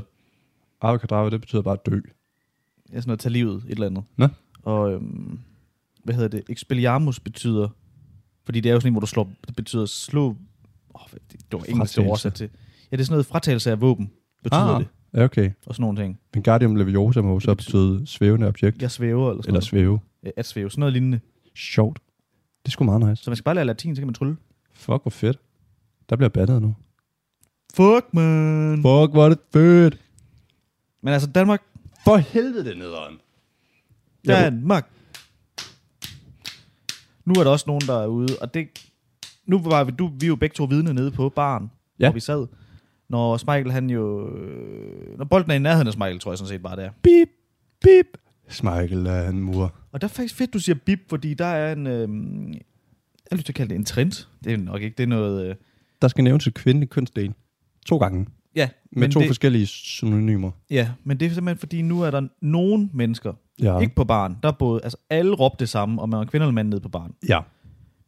[SPEAKER 5] Avacadabra, det betyder bare dø.
[SPEAKER 4] ja, sådan noget, tage livet, et eller andet.
[SPEAKER 5] Nå.
[SPEAKER 4] Og øhm, hvad hedder det? Expelliarmus betyder... Fordi det er jo sådan en, hvor du slår... Det betyder slå... Åh, hvad- det, det var engelsk det
[SPEAKER 5] Fratagelse.
[SPEAKER 4] oversat til. Ja, det er sådan noget fratagelse af våben, betyder ah.
[SPEAKER 5] Ah.
[SPEAKER 4] det.
[SPEAKER 5] Ja, okay.
[SPEAKER 4] Og sådan nogle ting.
[SPEAKER 5] Wingardium Leviosa må jo så
[SPEAKER 4] Det betyder-
[SPEAKER 5] betyde svævende objekt.
[SPEAKER 4] Jeg svæver, eller sådan
[SPEAKER 5] Eller
[SPEAKER 4] noget.
[SPEAKER 5] svæve.
[SPEAKER 4] Ja, At svæve, sådan noget lignende.
[SPEAKER 5] Sjovt. Det er sgu meget nice.
[SPEAKER 4] Så man skal bare lære latin, så kan man trylle.
[SPEAKER 5] Fuck, hvor fedt. Der bliver bandet nu.
[SPEAKER 4] Mm. Fuck, man.
[SPEAKER 5] Fuck, hvor er det fedt.
[SPEAKER 4] Men altså, Danmark,
[SPEAKER 5] For helvede, det er nederen. Ja,
[SPEAKER 4] Danmark. Nu er der også nogen, der er ude, og det... Nu var vi, du, vi er jo begge to vidne nede på baren,
[SPEAKER 5] Ja.
[SPEAKER 4] hvor vi sad. Når Smeichel, han jo... øh, Når bolden er i nærheden af Smeichel, tror jeg sådan set bare, det er.
[SPEAKER 5] Bip, bip. Smeichel er en mur.
[SPEAKER 4] Og der er faktisk fedt, du siger bip, fordi der er en... Øh, jeg har lyst til at kalde det en trend. Det er nok ikke, det er noget... Øh,
[SPEAKER 5] Der skal nævnes et kvindeligt kønsdel. To gange.
[SPEAKER 4] ja,
[SPEAKER 5] Med to
[SPEAKER 4] det,
[SPEAKER 5] det... forskellige synonymer.
[SPEAKER 4] Ja, men det er simpelthen, fordi nu er der nogen mennesker,
[SPEAKER 5] Ja.
[SPEAKER 4] ikke på baren, der er både... Altså, alle råbte det samme, og man var kvinde eller mand nede på baren.
[SPEAKER 5] Ja.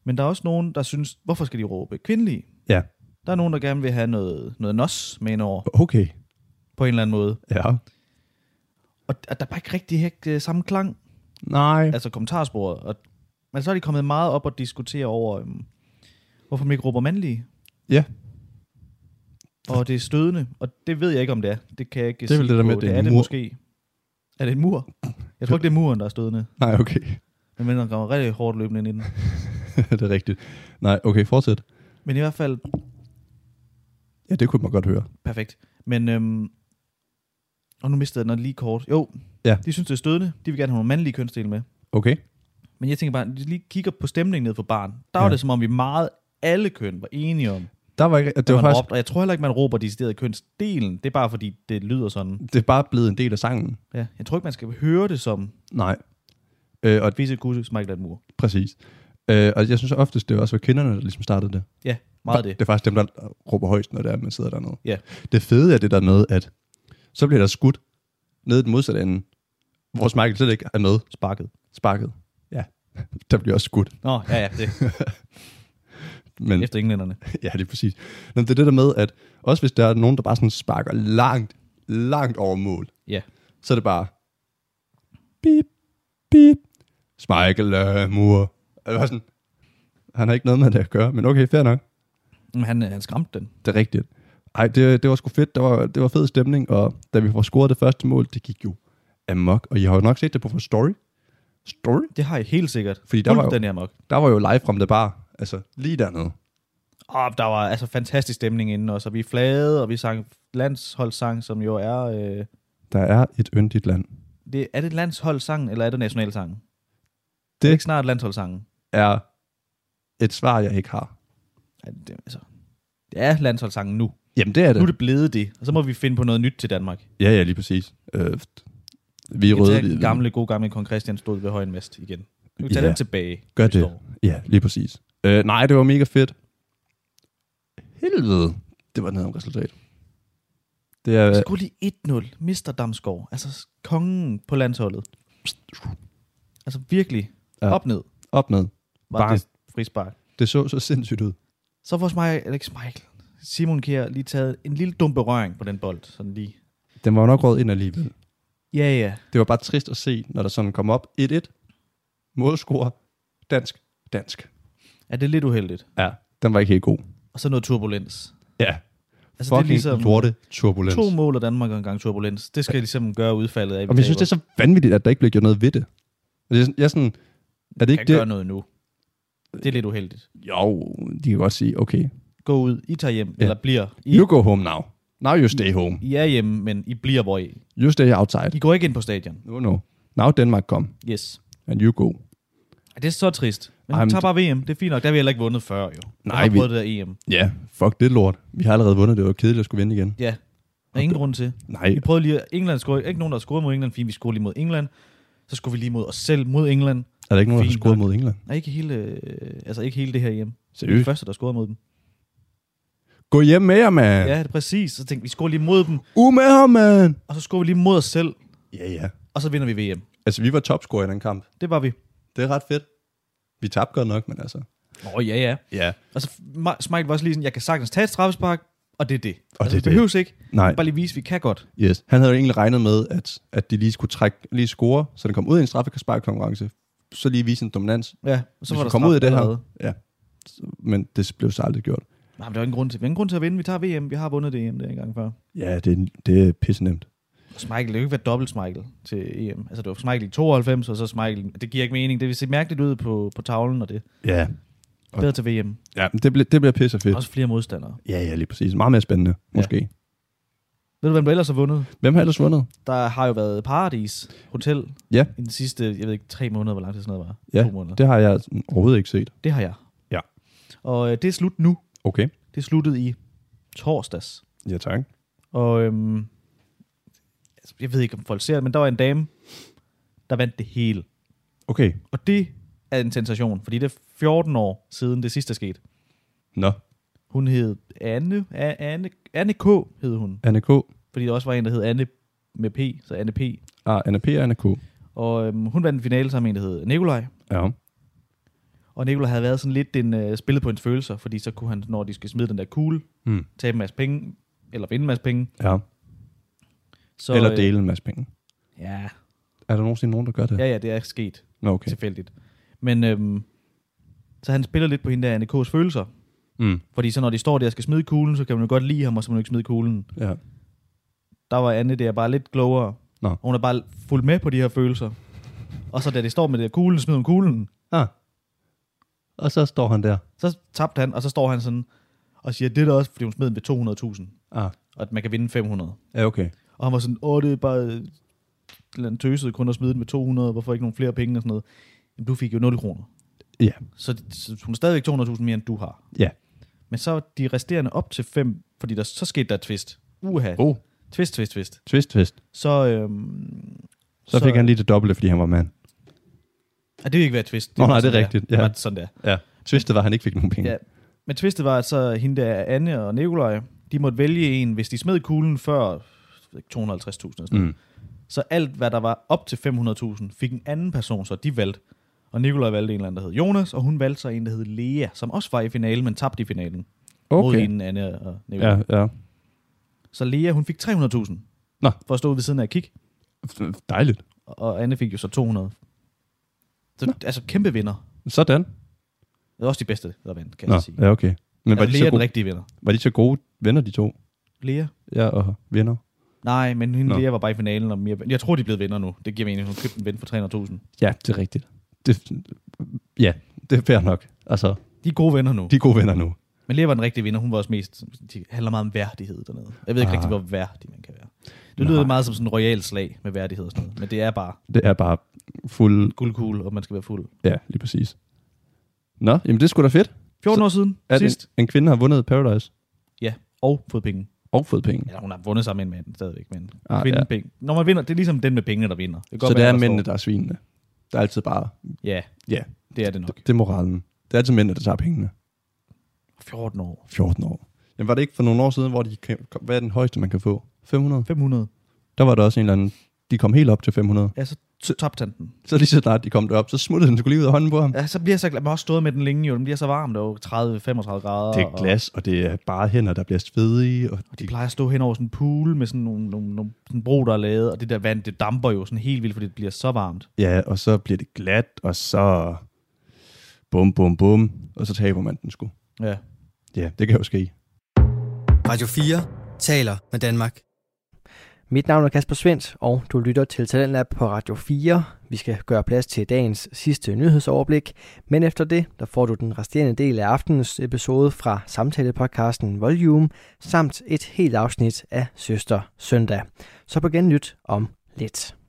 [SPEAKER 4] Men der er også nogen, der synes, hvorfor skal de råbe kvindelige?
[SPEAKER 5] Ja.
[SPEAKER 4] Der er nogen, der gerne vil have noget, noget nos med ind over,
[SPEAKER 5] Okay.
[SPEAKER 4] på en eller anden måde.
[SPEAKER 5] Ja.
[SPEAKER 4] Og og der er bare ikke rigtig her, øh, samme klang,
[SPEAKER 5] Nej.
[SPEAKER 4] altså kommentarsporet. Og, men så er de kommet meget op og diskutere over, øhm, hvorfor man ikke råber mandlige.
[SPEAKER 5] Ja.
[SPEAKER 4] Og det er stødende, og det ved jeg ikke, om det er. Det kan jeg ikke
[SPEAKER 5] Det er vel
[SPEAKER 4] sige
[SPEAKER 5] det der med,
[SPEAKER 4] på.
[SPEAKER 5] at det er
[SPEAKER 4] er
[SPEAKER 5] en
[SPEAKER 4] det
[SPEAKER 5] mur.
[SPEAKER 4] måske. Er det en mur? Jeg tror ikke, det er muren, der er stødende.
[SPEAKER 5] Nej, okay. [laughs]
[SPEAKER 4] Men den kommer rigtig hårdt løbende ind i den.
[SPEAKER 5] det er rigtigt. Nej, okay, fortsæt.
[SPEAKER 4] Men i hvert fald,
[SPEAKER 5] Ja, det kunne man godt høre.
[SPEAKER 4] Perfekt. Men, øhm, og nu mistede jeg den lige kort. Jo,
[SPEAKER 5] Ja.
[SPEAKER 4] de synes, det er stødende. De vil gerne have nogle mandlige kønsdele med.
[SPEAKER 5] Okay.
[SPEAKER 4] Men jeg tænker bare, de lige kigger på stemningen ned for barn. Der var
[SPEAKER 5] Ja.
[SPEAKER 4] det, som om vi meget alle køn var enige om, det
[SPEAKER 5] Der var ikke, det var
[SPEAKER 4] man
[SPEAKER 5] faktisk,
[SPEAKER 4] råbte. Og jeg tror heller ikke, man råber decideret kønsdelen. Det er bare, fordi det lyder sådan.
[SPEAKER 5] det er bare blevet en del af sangen.
[SPEAKER 4] Ja. Jeg tror ikke, man skal høre det som
[SPEAKER 5] Nej. Øh, og
[SPEAKER 4] visse kusse smækker mur.
[SPEAKER 5] præcis. Øh, og jeg synes oftest, det også var kvinderne, der ligesom startede det.
[SPEAKER 4] Ja, meget det.
[SPEAKER 5] Det er faktisk dem, der råber højst, når det er, man sidder dernede.
[SPEAKER 4] Ja.
[SPEAKER 5] Det fede er det der med, at så bliver der skudt ned i den modsatte ende, hvor Michael slet ikke er med.
[SPEAKER 4] Sparket.
[SPEAKER 5] Sparket. Ja. [laughs] Der bliver også skudt.
[SPEAKER 4] Nå, ja, ja, det.
[SPEAKER 5] [laughs] Men
[SPEAKER 4] Efter englænderne.
[SPEAKER 5] [laughs] Ja, det er præcis. Men det er det der med, at også hvis der er nogen, der bare sådan sparker langt, langt over mål,
[SPEAKER 4] Ja.
[SPEAKER 5] så er det bare, bip, bip, Michael øh, Mur. Og det var sådan, han har ikke noget med det at gøre, men okay, fair nok.
[SPEAKER 4] Men han, øh, han skræmte den.
[SPEAKER 5] Det er rigtigt. Ej, det, det var sgu fedt. Det var, det var fed stemning, og da vi får scoret det første mål, det gik jo amok. Og I har jo nok set det på vores story. Story?
[SPEAKER 4] Det har jeg helt sikkert.
[SPEAKER 5] Fordi der var jo-
[SPEAKER 4] den her mok.
[SPEAKER 5] Der var jo live from the bar, altså lige dernede.
[SPEAKER 4] Og der var altså fantastisk stemning inden os, og vi flagede, og vi sang landsholdssang, som jo er... Øh,
[SPEAKER 5] Der er et yndigt land.
[SPEAKER 4] det, er det landsholdssang, eller er det nationalsangen? Det
[SPEAKER 5] Det-
[SPEAKER 4] er ikke snart landsholdssangen.
[SPEAKER 5] Er et svar, jeg ikke har.
[SPEAKER 4] Ja, det, altså, det er landsholdssangen nu.
[SPEAKER 5] Jamen, det er det.
[SPEAKER 4] Nu er det blevet det, og så må vi finde på noget nyt til Danmark.
[SPEAKER 5] Ja, ja, lige præcis. Øh, vi er
[SPEAKER 4] Vi tager
[SPEAKER 5] røde. vi er
[SPEAKER 4] den
[SPEAKER 5] hvide.
[SPEAKER 4] gamle, gode gamle kong Christian stod ved Højen Vest igen. Nu tager
[SPEAKER 5] Ja,
[SPEAKER 4] den tilbage.
[SPEAKER 5] Gør
[SPEAKER 4] næste
[SPEAKER 5] det.
[SPEAKER 4] år.
[SPEAKER 5] Ja, lige præcis. Øh, nej, det var mega fedt. Helvede. Det var et nederen resultat. Det er...
[SPEAKER 4] Skulle lige 1-0. Mister Damsgaard. Altså kongen på landsholdet. Altså virkelig.
[SPEAKER 5] Ja.
[SPEAKER 4] Op ned.
[SPEAKER 5] Op med.
[SPEAKER 4] Var
[SPEAKER 5] Barn.
[SPEAKER 4] det frispark.
[SPEAKER 5] Det så så sindssygt ud.
[SPEAKER 4] Så får Michael, eller ikke Michael, Simon Kjær lige taget en lille dum berøring på den bold. Sådan lige.
[SPEAKER 5] Den var jo nok rød ind alligevel.
[SPEAKER 4] Ja, ja.
[SPEAKER 5] Det var bare trist at se, når der sådan kom op 1-1. Målscorer. Dansk. Dansk.
[SPEAKER 4] Er det lidt uheldigt?
[SPEAKER 5] Ja. Den var ikke helt god.
[SPEAKER 4] Og så noget turbulens.
[SPEAKER 5] Ja.
[SPEAKER 4] Altså,
[SPEAKER 5] Fucking lorte turbulens.
[SPEAKER 4] to mål af Danmark og en gang turbulens. Det skal ligesom gøre udfaldet af.
[SPEAKER 5] Og jeg synes, det er så vanvittigt, at der ikke bliver gjort noget ved det. Og det er sådan, jeg er sådan, Er det
[SPEAKER 4] kan
[SPEAKER 5] ikke
[SPEAKER 4] gøre
[SPEAKER 5] det?
[SPEAKER 4] noget nu. Det er lidt uheldigt.
[SPEAKER 5] Jo, de kan godt sige, okay,
[SPEAKER 4] Gå ud, I tager hjem,
[SPEAKER 5] Ja.
[SPEAKER 4] ja. eller bliver. I,
[SPEAKER 5] you go home now. Now you stay home.
[SPEAKER 4] I er hjemme, men I bliver, hvor I er.
[SPEAKER 5] You stay outside.
[SPEAKER 4] I går ikke ind på stadion.
[SPEAKER 5] No, no. Now Denmark come,
[SPEAKER 4] Yes.
[SPEAKER 5] and you go.
[SPEAKER 4] Det er så trist. Men
[SPEAKER 5] Ej,
[SPEAKER 4] Ej,
[SPEAKER 5] men
[SPEAKER 4] tager bare VM. Det er fint nok. Der har vi heller ikke vundet før, jo.
[SPEAKER 5] Nej,
[SPEAKER 4] vi har
[SPEAKER 5] vi-
[SPEAKER 4] prøvet det der E EM.
[SPEAKER 5] Ja, yeah, fuck det lort. Vi har allerede vundet, det var kedeligt at skulle vinde igen.
[SPEAKER 4] Ja. Der er ingen grund til.
[SPEAKER 5] Nej,
[SPEAKER 4] Vi prøvede lige, at England scorede, ikke nogen, der scorede mod England, fordi vi scorede lige mod England. Så skulle vi lige mod os selv mod England.
[SPEAKER 5] er der ikke nogen, der har
[SPEAKER 4] Fint
[SPEAKER 5] scoret
[SPEAKER 4] nok.
[SPEAKER 5] mod England?
[SPEAKER 4] Nej, ikke hele, øh, altså ikke hele det her hjem. Det
[SPEAKER 5] Seriøst?
[SPEAKER 4] første, der scorede mod dem.
[SPEAKER 5] Gå hjem med jer, mand.
[SPEAKER 4] Ja, det er præcis. Så tænkte vi, vi scorede lige mod dem,
[SPEAKER 5] U med ham, mand.
[SPEAKER 4] og så scorede vi lige mod os selv,
[SPEAKER 5] Ja, ja.
[SPEAKER 4] og så vinder vi VM.
[SPEAKER 5] Altså, vi var topscorer i den kamp.
[SPEAKER 4] Det var vi.
[SPEAKER 5] Det er ret fedt. Vi tabte godt nok, men altså...
[SPEAKER 4] Nå, ja, ja.
[SPEAKER 5] Ja.
[SPEAKER 4] Og så Ma- Smeichel var også lige sådan, jeg kan sagtens tage et straffespark, og det er det. Og
[SPEAKER 5] det er
[SPEAKER 4] altså,
[SPEAKER 5] det.
[SPEAKER 4] det behøves ikke.
[SPEAKER 5] Nej,
[SPEAKER 4] Bare lige vise, vi kan godt.
[SPEAKER 5] yes. Han havde jo egentlig regnet med, at, at de lige skulle trække, lige score, så den kom ud i en straffesparkkonkurrence, så lige vise en dominans.
[SPEAKER 4] Ja, og så
[SPEAKER 5] Hvis
[SPEAKER 4] var
[SPEAKER 5] vi
[SPEAKER 4] der
[SPEAKER 5] kommer ud i
[SPEAKER 4] straf
[SPEAKER 5] det her-
[SPEAKER 4] allerede.
[SPEAKER 5] Ja. Så- Men det blev så aldrig gjort.
[SPEAKER 4] Nej, men der er ingen grund til. Vi har ingen grund til at vinde. Vi tager VM. Vi har vundet det EM der en gang før.
[SPEAKER 5] Ja, det, det er pisse nemt.
[SPEAKER 4] Og Smeichel, det kan jo ikke være dobbelt Smeichel til EM. Altså, det var Smeichel i 92, og så Smeichel. Det giver ikke mening. Det vil se mærkeligt ud på, på tavlen, og det.
[SPEAKER 5] Ja.
[SPEAKER 4] Bedre til VM.
[SPEAKER 5] Ja, men det, ble, det bliver pisse fedt.
[SPEAKER 4] Også flere modstandere.
[SPEAKER 5] Ja, ja, lige præcis. Meget mere spændende, måske. Ja.
[SPEAKER 4] Ved du, hvem der ellers har vundet?
[SPEAKER 5] Hvem har ellers vundet?
[SPEAKER 4] Der har jo været Paradis Hotel
[SPEAKER 5] Ja.
[SPEAKER 4] i den sidste, jeg ved ikke, tre måneder, hvor lang tid sådan noget var.
[SPEAKER 5] Ja,
[SPEAKER 4] to måneder. Det,
[SPEAKER 5] det har jeg overhovedet ikke set.
[SPEAKER 4] det har jeg.
[SPEAKER 5] Ja.
[SPEAKER 4] Og øh, det er slut nu.
[SPEAKER 5] Okay.
[SPEAKER 4] Det sluttede i torsdags.
[SPEAKER 5] Ja, tak.
[SPEAKER 4] Og øhm, altså, jeg ved ikke, om folk ser det, men der var en dame, der vandt det hele.
[SPEAKER 5] Okay.
[SPEAKER 4] Og det er en sensation, fordi det er 14 år siden det sidste skete.
[SPEAKER 5] Nå,
[SPEAKER 4] Hun hed Anne, A- Anne, Anne K. hed hun,
[SPEAKER 5] Anne K.
[SPEAKER 4] fordi der også var en, der hed Anne med P, så Anne P.
[SPEAKER 5] Ah, Anne P. og Anne K.
[SPEAKER 4] Og øhm, hun vandt en finale sammen med en, der hed Nikolaj.
[SPEAKER 5] Ja.
[SPEAKER 4] Og Nikolaj havde været sådan lidt den, øh, spillet på hendes følelser, fordi så kunne han, når de skal smide den der kugle,
[SPEAKER 5] Mm.
[SPEAKER 4] tabe en masse penge, eller vinde en masse penge.
[SPEAKER 5] ja.
[SPEAKER 4] Så,
[SPEAKER 5] Eller
[SPEAKER 4] øh,
[SPEAKER 5] dele en masse penge.
[SPEAKER 4] Ja,
[SPEAKER 5] Er der nogensinde nogen, der gør det?
[SPEAKER 4] ja, ja, det er sket.
[SPEAKER 5] Nå, okay.
[SPEAKER 4] tilfældigt. Men øhm, så han spiller lidt på hende der Anne K's følelser.
[SPEAKER 5] Mm.
[SPEAKER 4] Fordi så når de står der og skal smide kuglen, så kan man jo godt lide ham, og så må man jo ikke smide kuglen.
[SPEAKER 5] Ja.
[SPEAKER 4] Der var Anne der bare lidt klogere.
[SPEAKER 5] Nå.
[SPEAKER 4] Og hun er bare fuldt med på de her følelser. Og så da de står med det der kuglen, smider hun kuglen.
[SPEAKER 5] Ah. Og så står han der.
[SPEAKER 4] Så tabte han, og så står han sådan og siger, det er da også, fordi hun smed den ved 200.000.
[SPEAKER 5] Ah.
[SPEAKER 4] Og at man kan vinde 500.
[SPEAKER 5] Ja, okay.
[SPEAKER 4] Og han var sådan, åh, det er bare øh, en eller anden tøset kun at smide den med 200, hvorfor ikke nogle flere penge og sådan noget. Jamen, du fik jo 0 kroner.
[SPEAKER 5] Ja.
[SPEAKER 4] Så, så hun er stadigvæk 200.000 mere, end du har.
[SPEAKER 5] Ja.
[SPEAKER 4] Men så de resterende op til 5, fordi der, så skete der et twist. Uha.
[SPEAKER 5] Oh.
[SPEAKER 4] Twist, twist, twist.
[SPEAKER 5] Twist, twist.
[SPEAKER 4] Så, øhm,
[SPEAKER 5] Så, så fik han lige det dobbelte, fordi han var mand.
[SPEAKER 4] Ah, det vil ikke være et twist.
[SPEAKER 5] Nå,
[SPEAKER 4] var
[SPEAKER 5] nej, det er
[SPEAKER 4] sådan der.
[SPEAKER 5] rigtigt,
[SPEAKER 4] Det
[SPEAKER 5] ja. Mm.
[SPEAKER 4] var sådan der.
[SPEAKER 5] Ja. Twistet var, at han ikke fik nogen penge.
[SPEAKER 4] Ja. Men twistet var, at så hende der, Anne og Nikolaj, de måtte vælge en, hvis de smed kuglen før jeg ved ikke, 250.000. eller sådan noget.
[SPEAKER 5] Mm.
[SPEAKER 4] Så alt, hvad der var op til 500.000, fik en anden person, så de valgte. Og Nikolaj valgte en eller anden, der hed Jonas, og hun valgte så en, der hed Lea, som også var i finalen, men tabte i finalen. Okay. Mod
[SPEAKER 5] Okay.
[SPEAKER 4] hende, Anne og Nikolaj.
[SPEAKER 5] Ja,
[SPEAKER 4] Ja.
[SPEAKER 5] ja.
[SPEAKER 4] Så Lea, hun fik 300.000.
[SPEAKER 5] Nå.
[SPEAKER 4] For at stå ved siden af og kigge.
[SPEAKER 5] Dejligt.
[SPEAKER 4] og Anne fik jo så 200. Så, altså kæmpe vinder.
[SPEAKER 5] Sådan.
[SPEAKER 4] Det er også de bedste, der vandt, kan
[SPEAKER 5] Nå,
[SPEAKER 4] jeg sige.
[SPEAKER 5] ja, okay. Men var,
[SPEAKER 4] altså,
[SPEAKER 5] de
[SPEAKER 4] Lea
[SPEAKER 5] så
[SPEAKER 4] er den
[SPEAKER 5] gode,
[SPEAKER 4] rigtige vinder.
[SPEAKER 5] var de så gode venner, de to?
[SPEAKER 4] Lea?
[SPEAKER 5] Ja, og venner.
[SPEAKER 4] Nej, men hende
[SPEAKER 5] Nå.
[SPEAKER 4] Lea var bare i finalen. Og mere... Jeg tror, de er blevet vinder nu. Det giver mening, hun købte en ven for
[SPEAKER 5] Ja, det er rigtigt. Det, ja, det er fair nok. Altså,
[SPEAKER 4] 300.000. De er gode venner nu.
[SPEAKER 5] de er gode venner nu.
[SPEAKER 4] Men Lea var den rigtige vinder. Hun var også mest... Det handler meget om værdighed dernede. Jeg ved ikke
[SPEAKER 5] Ah.
[SPEAKER 4] ah. rigtig, hvor værdig man kan være. Det lyder
[SPEAKER 5] Nej.
[SPEAKER 4] meget som sådan en royal slag med værdighed og sådan noget. Men det er bare
[SPEAKER 5] Det er bare fuld...
[SPEAKER 4] guldkugle, og man skal være fuld.
[SPEAKER 5] Ja, lige præcis. Nå, jamen det er sgu da fedt.
[SPEAKER 4] 14 år siden,
[SPEAKER 5] At en,
[SPEAKER 4] sidst,
[SPEAKER 5] en kvinde har vundet Paradise
[SPEAKER 4] og fået penge.
[SPEAKER 5] og fået penge.
[SPEAKER 4] Eller hun har vundet sammen med en mand stadigvæk, men ah,
[SPEAKER 5] Ah, ja.
[SPEAKER 4] kvinden ja. penge. Når man vinder, det er ligesom den med pengene, der vinder. Det kan godt
[SPEAKER 5] Så det
[SPEAKER 4] være,
[SPEAKER 5] er
[SPEAKER 4] der står-
[SPEAKER 5] mændene, der er svinene. Der er altid bare...
[SPEAKER 4] Ja,
[SPEAKER 5] Øhm, Ja,
[SPEAKER 4] det er det nok.
[SPEAKER 5] det er moralen. Det er altid mændene, der tager pengene.
[SPEAKER 4] 14 år.
[SPEAKER 5] 14 år. Jamen var det ikke for nogle år siden, hvor de kan, hvad er den højeste, man kan få? 500?
[SPEAKER 4] 500.
[SPEAKER 5] Der var der også en eller anden... De kom helt op til 500.
[SPEAKER 4] Ja, så t- tabte han den.
[SPEAKER 5] Så lige så snart de kom derop, så smuttede den sgu lige ud af hånden på ham.
[SPEAKER 4] Ja, så bliver jeg så glad. Man har også stået med den længe, jo. Den bliver så varm, der er jo 30-35 grader.
[SPEAKER 5] Det er glas, og det er bare hænder, der bliver svedige. Og
[SPEAKER 4] Og de plejer at stå hen over sådan en pool med sådan nogle, nogle, nogle sådan en bro, der er lavet, og det der vand, det damper jo sådan helt vildt, fordi det bliver så varmt.
[SPEAKER 5] Ja, og så bliver det glat, og så... Bum, bum, bum. Og så taber man den sgu.
[SPEAKER 4] Ja.
[SPEAKER 5] Ja, det kan jo ske.
[SPEAKER 1] Radio 4 taler med Danmark. Mit navn er Kasper Svendt, og du lytter til Talentlab på Radio 4. Vi skal gøre plads til dagens sidste nyhedsoverblik, men efter det, der får du den resterende del af aftenens episode fra samtalepodcasten Volume, samt et helt afsnit af Søster Søndag. Så på genlyt om lidt.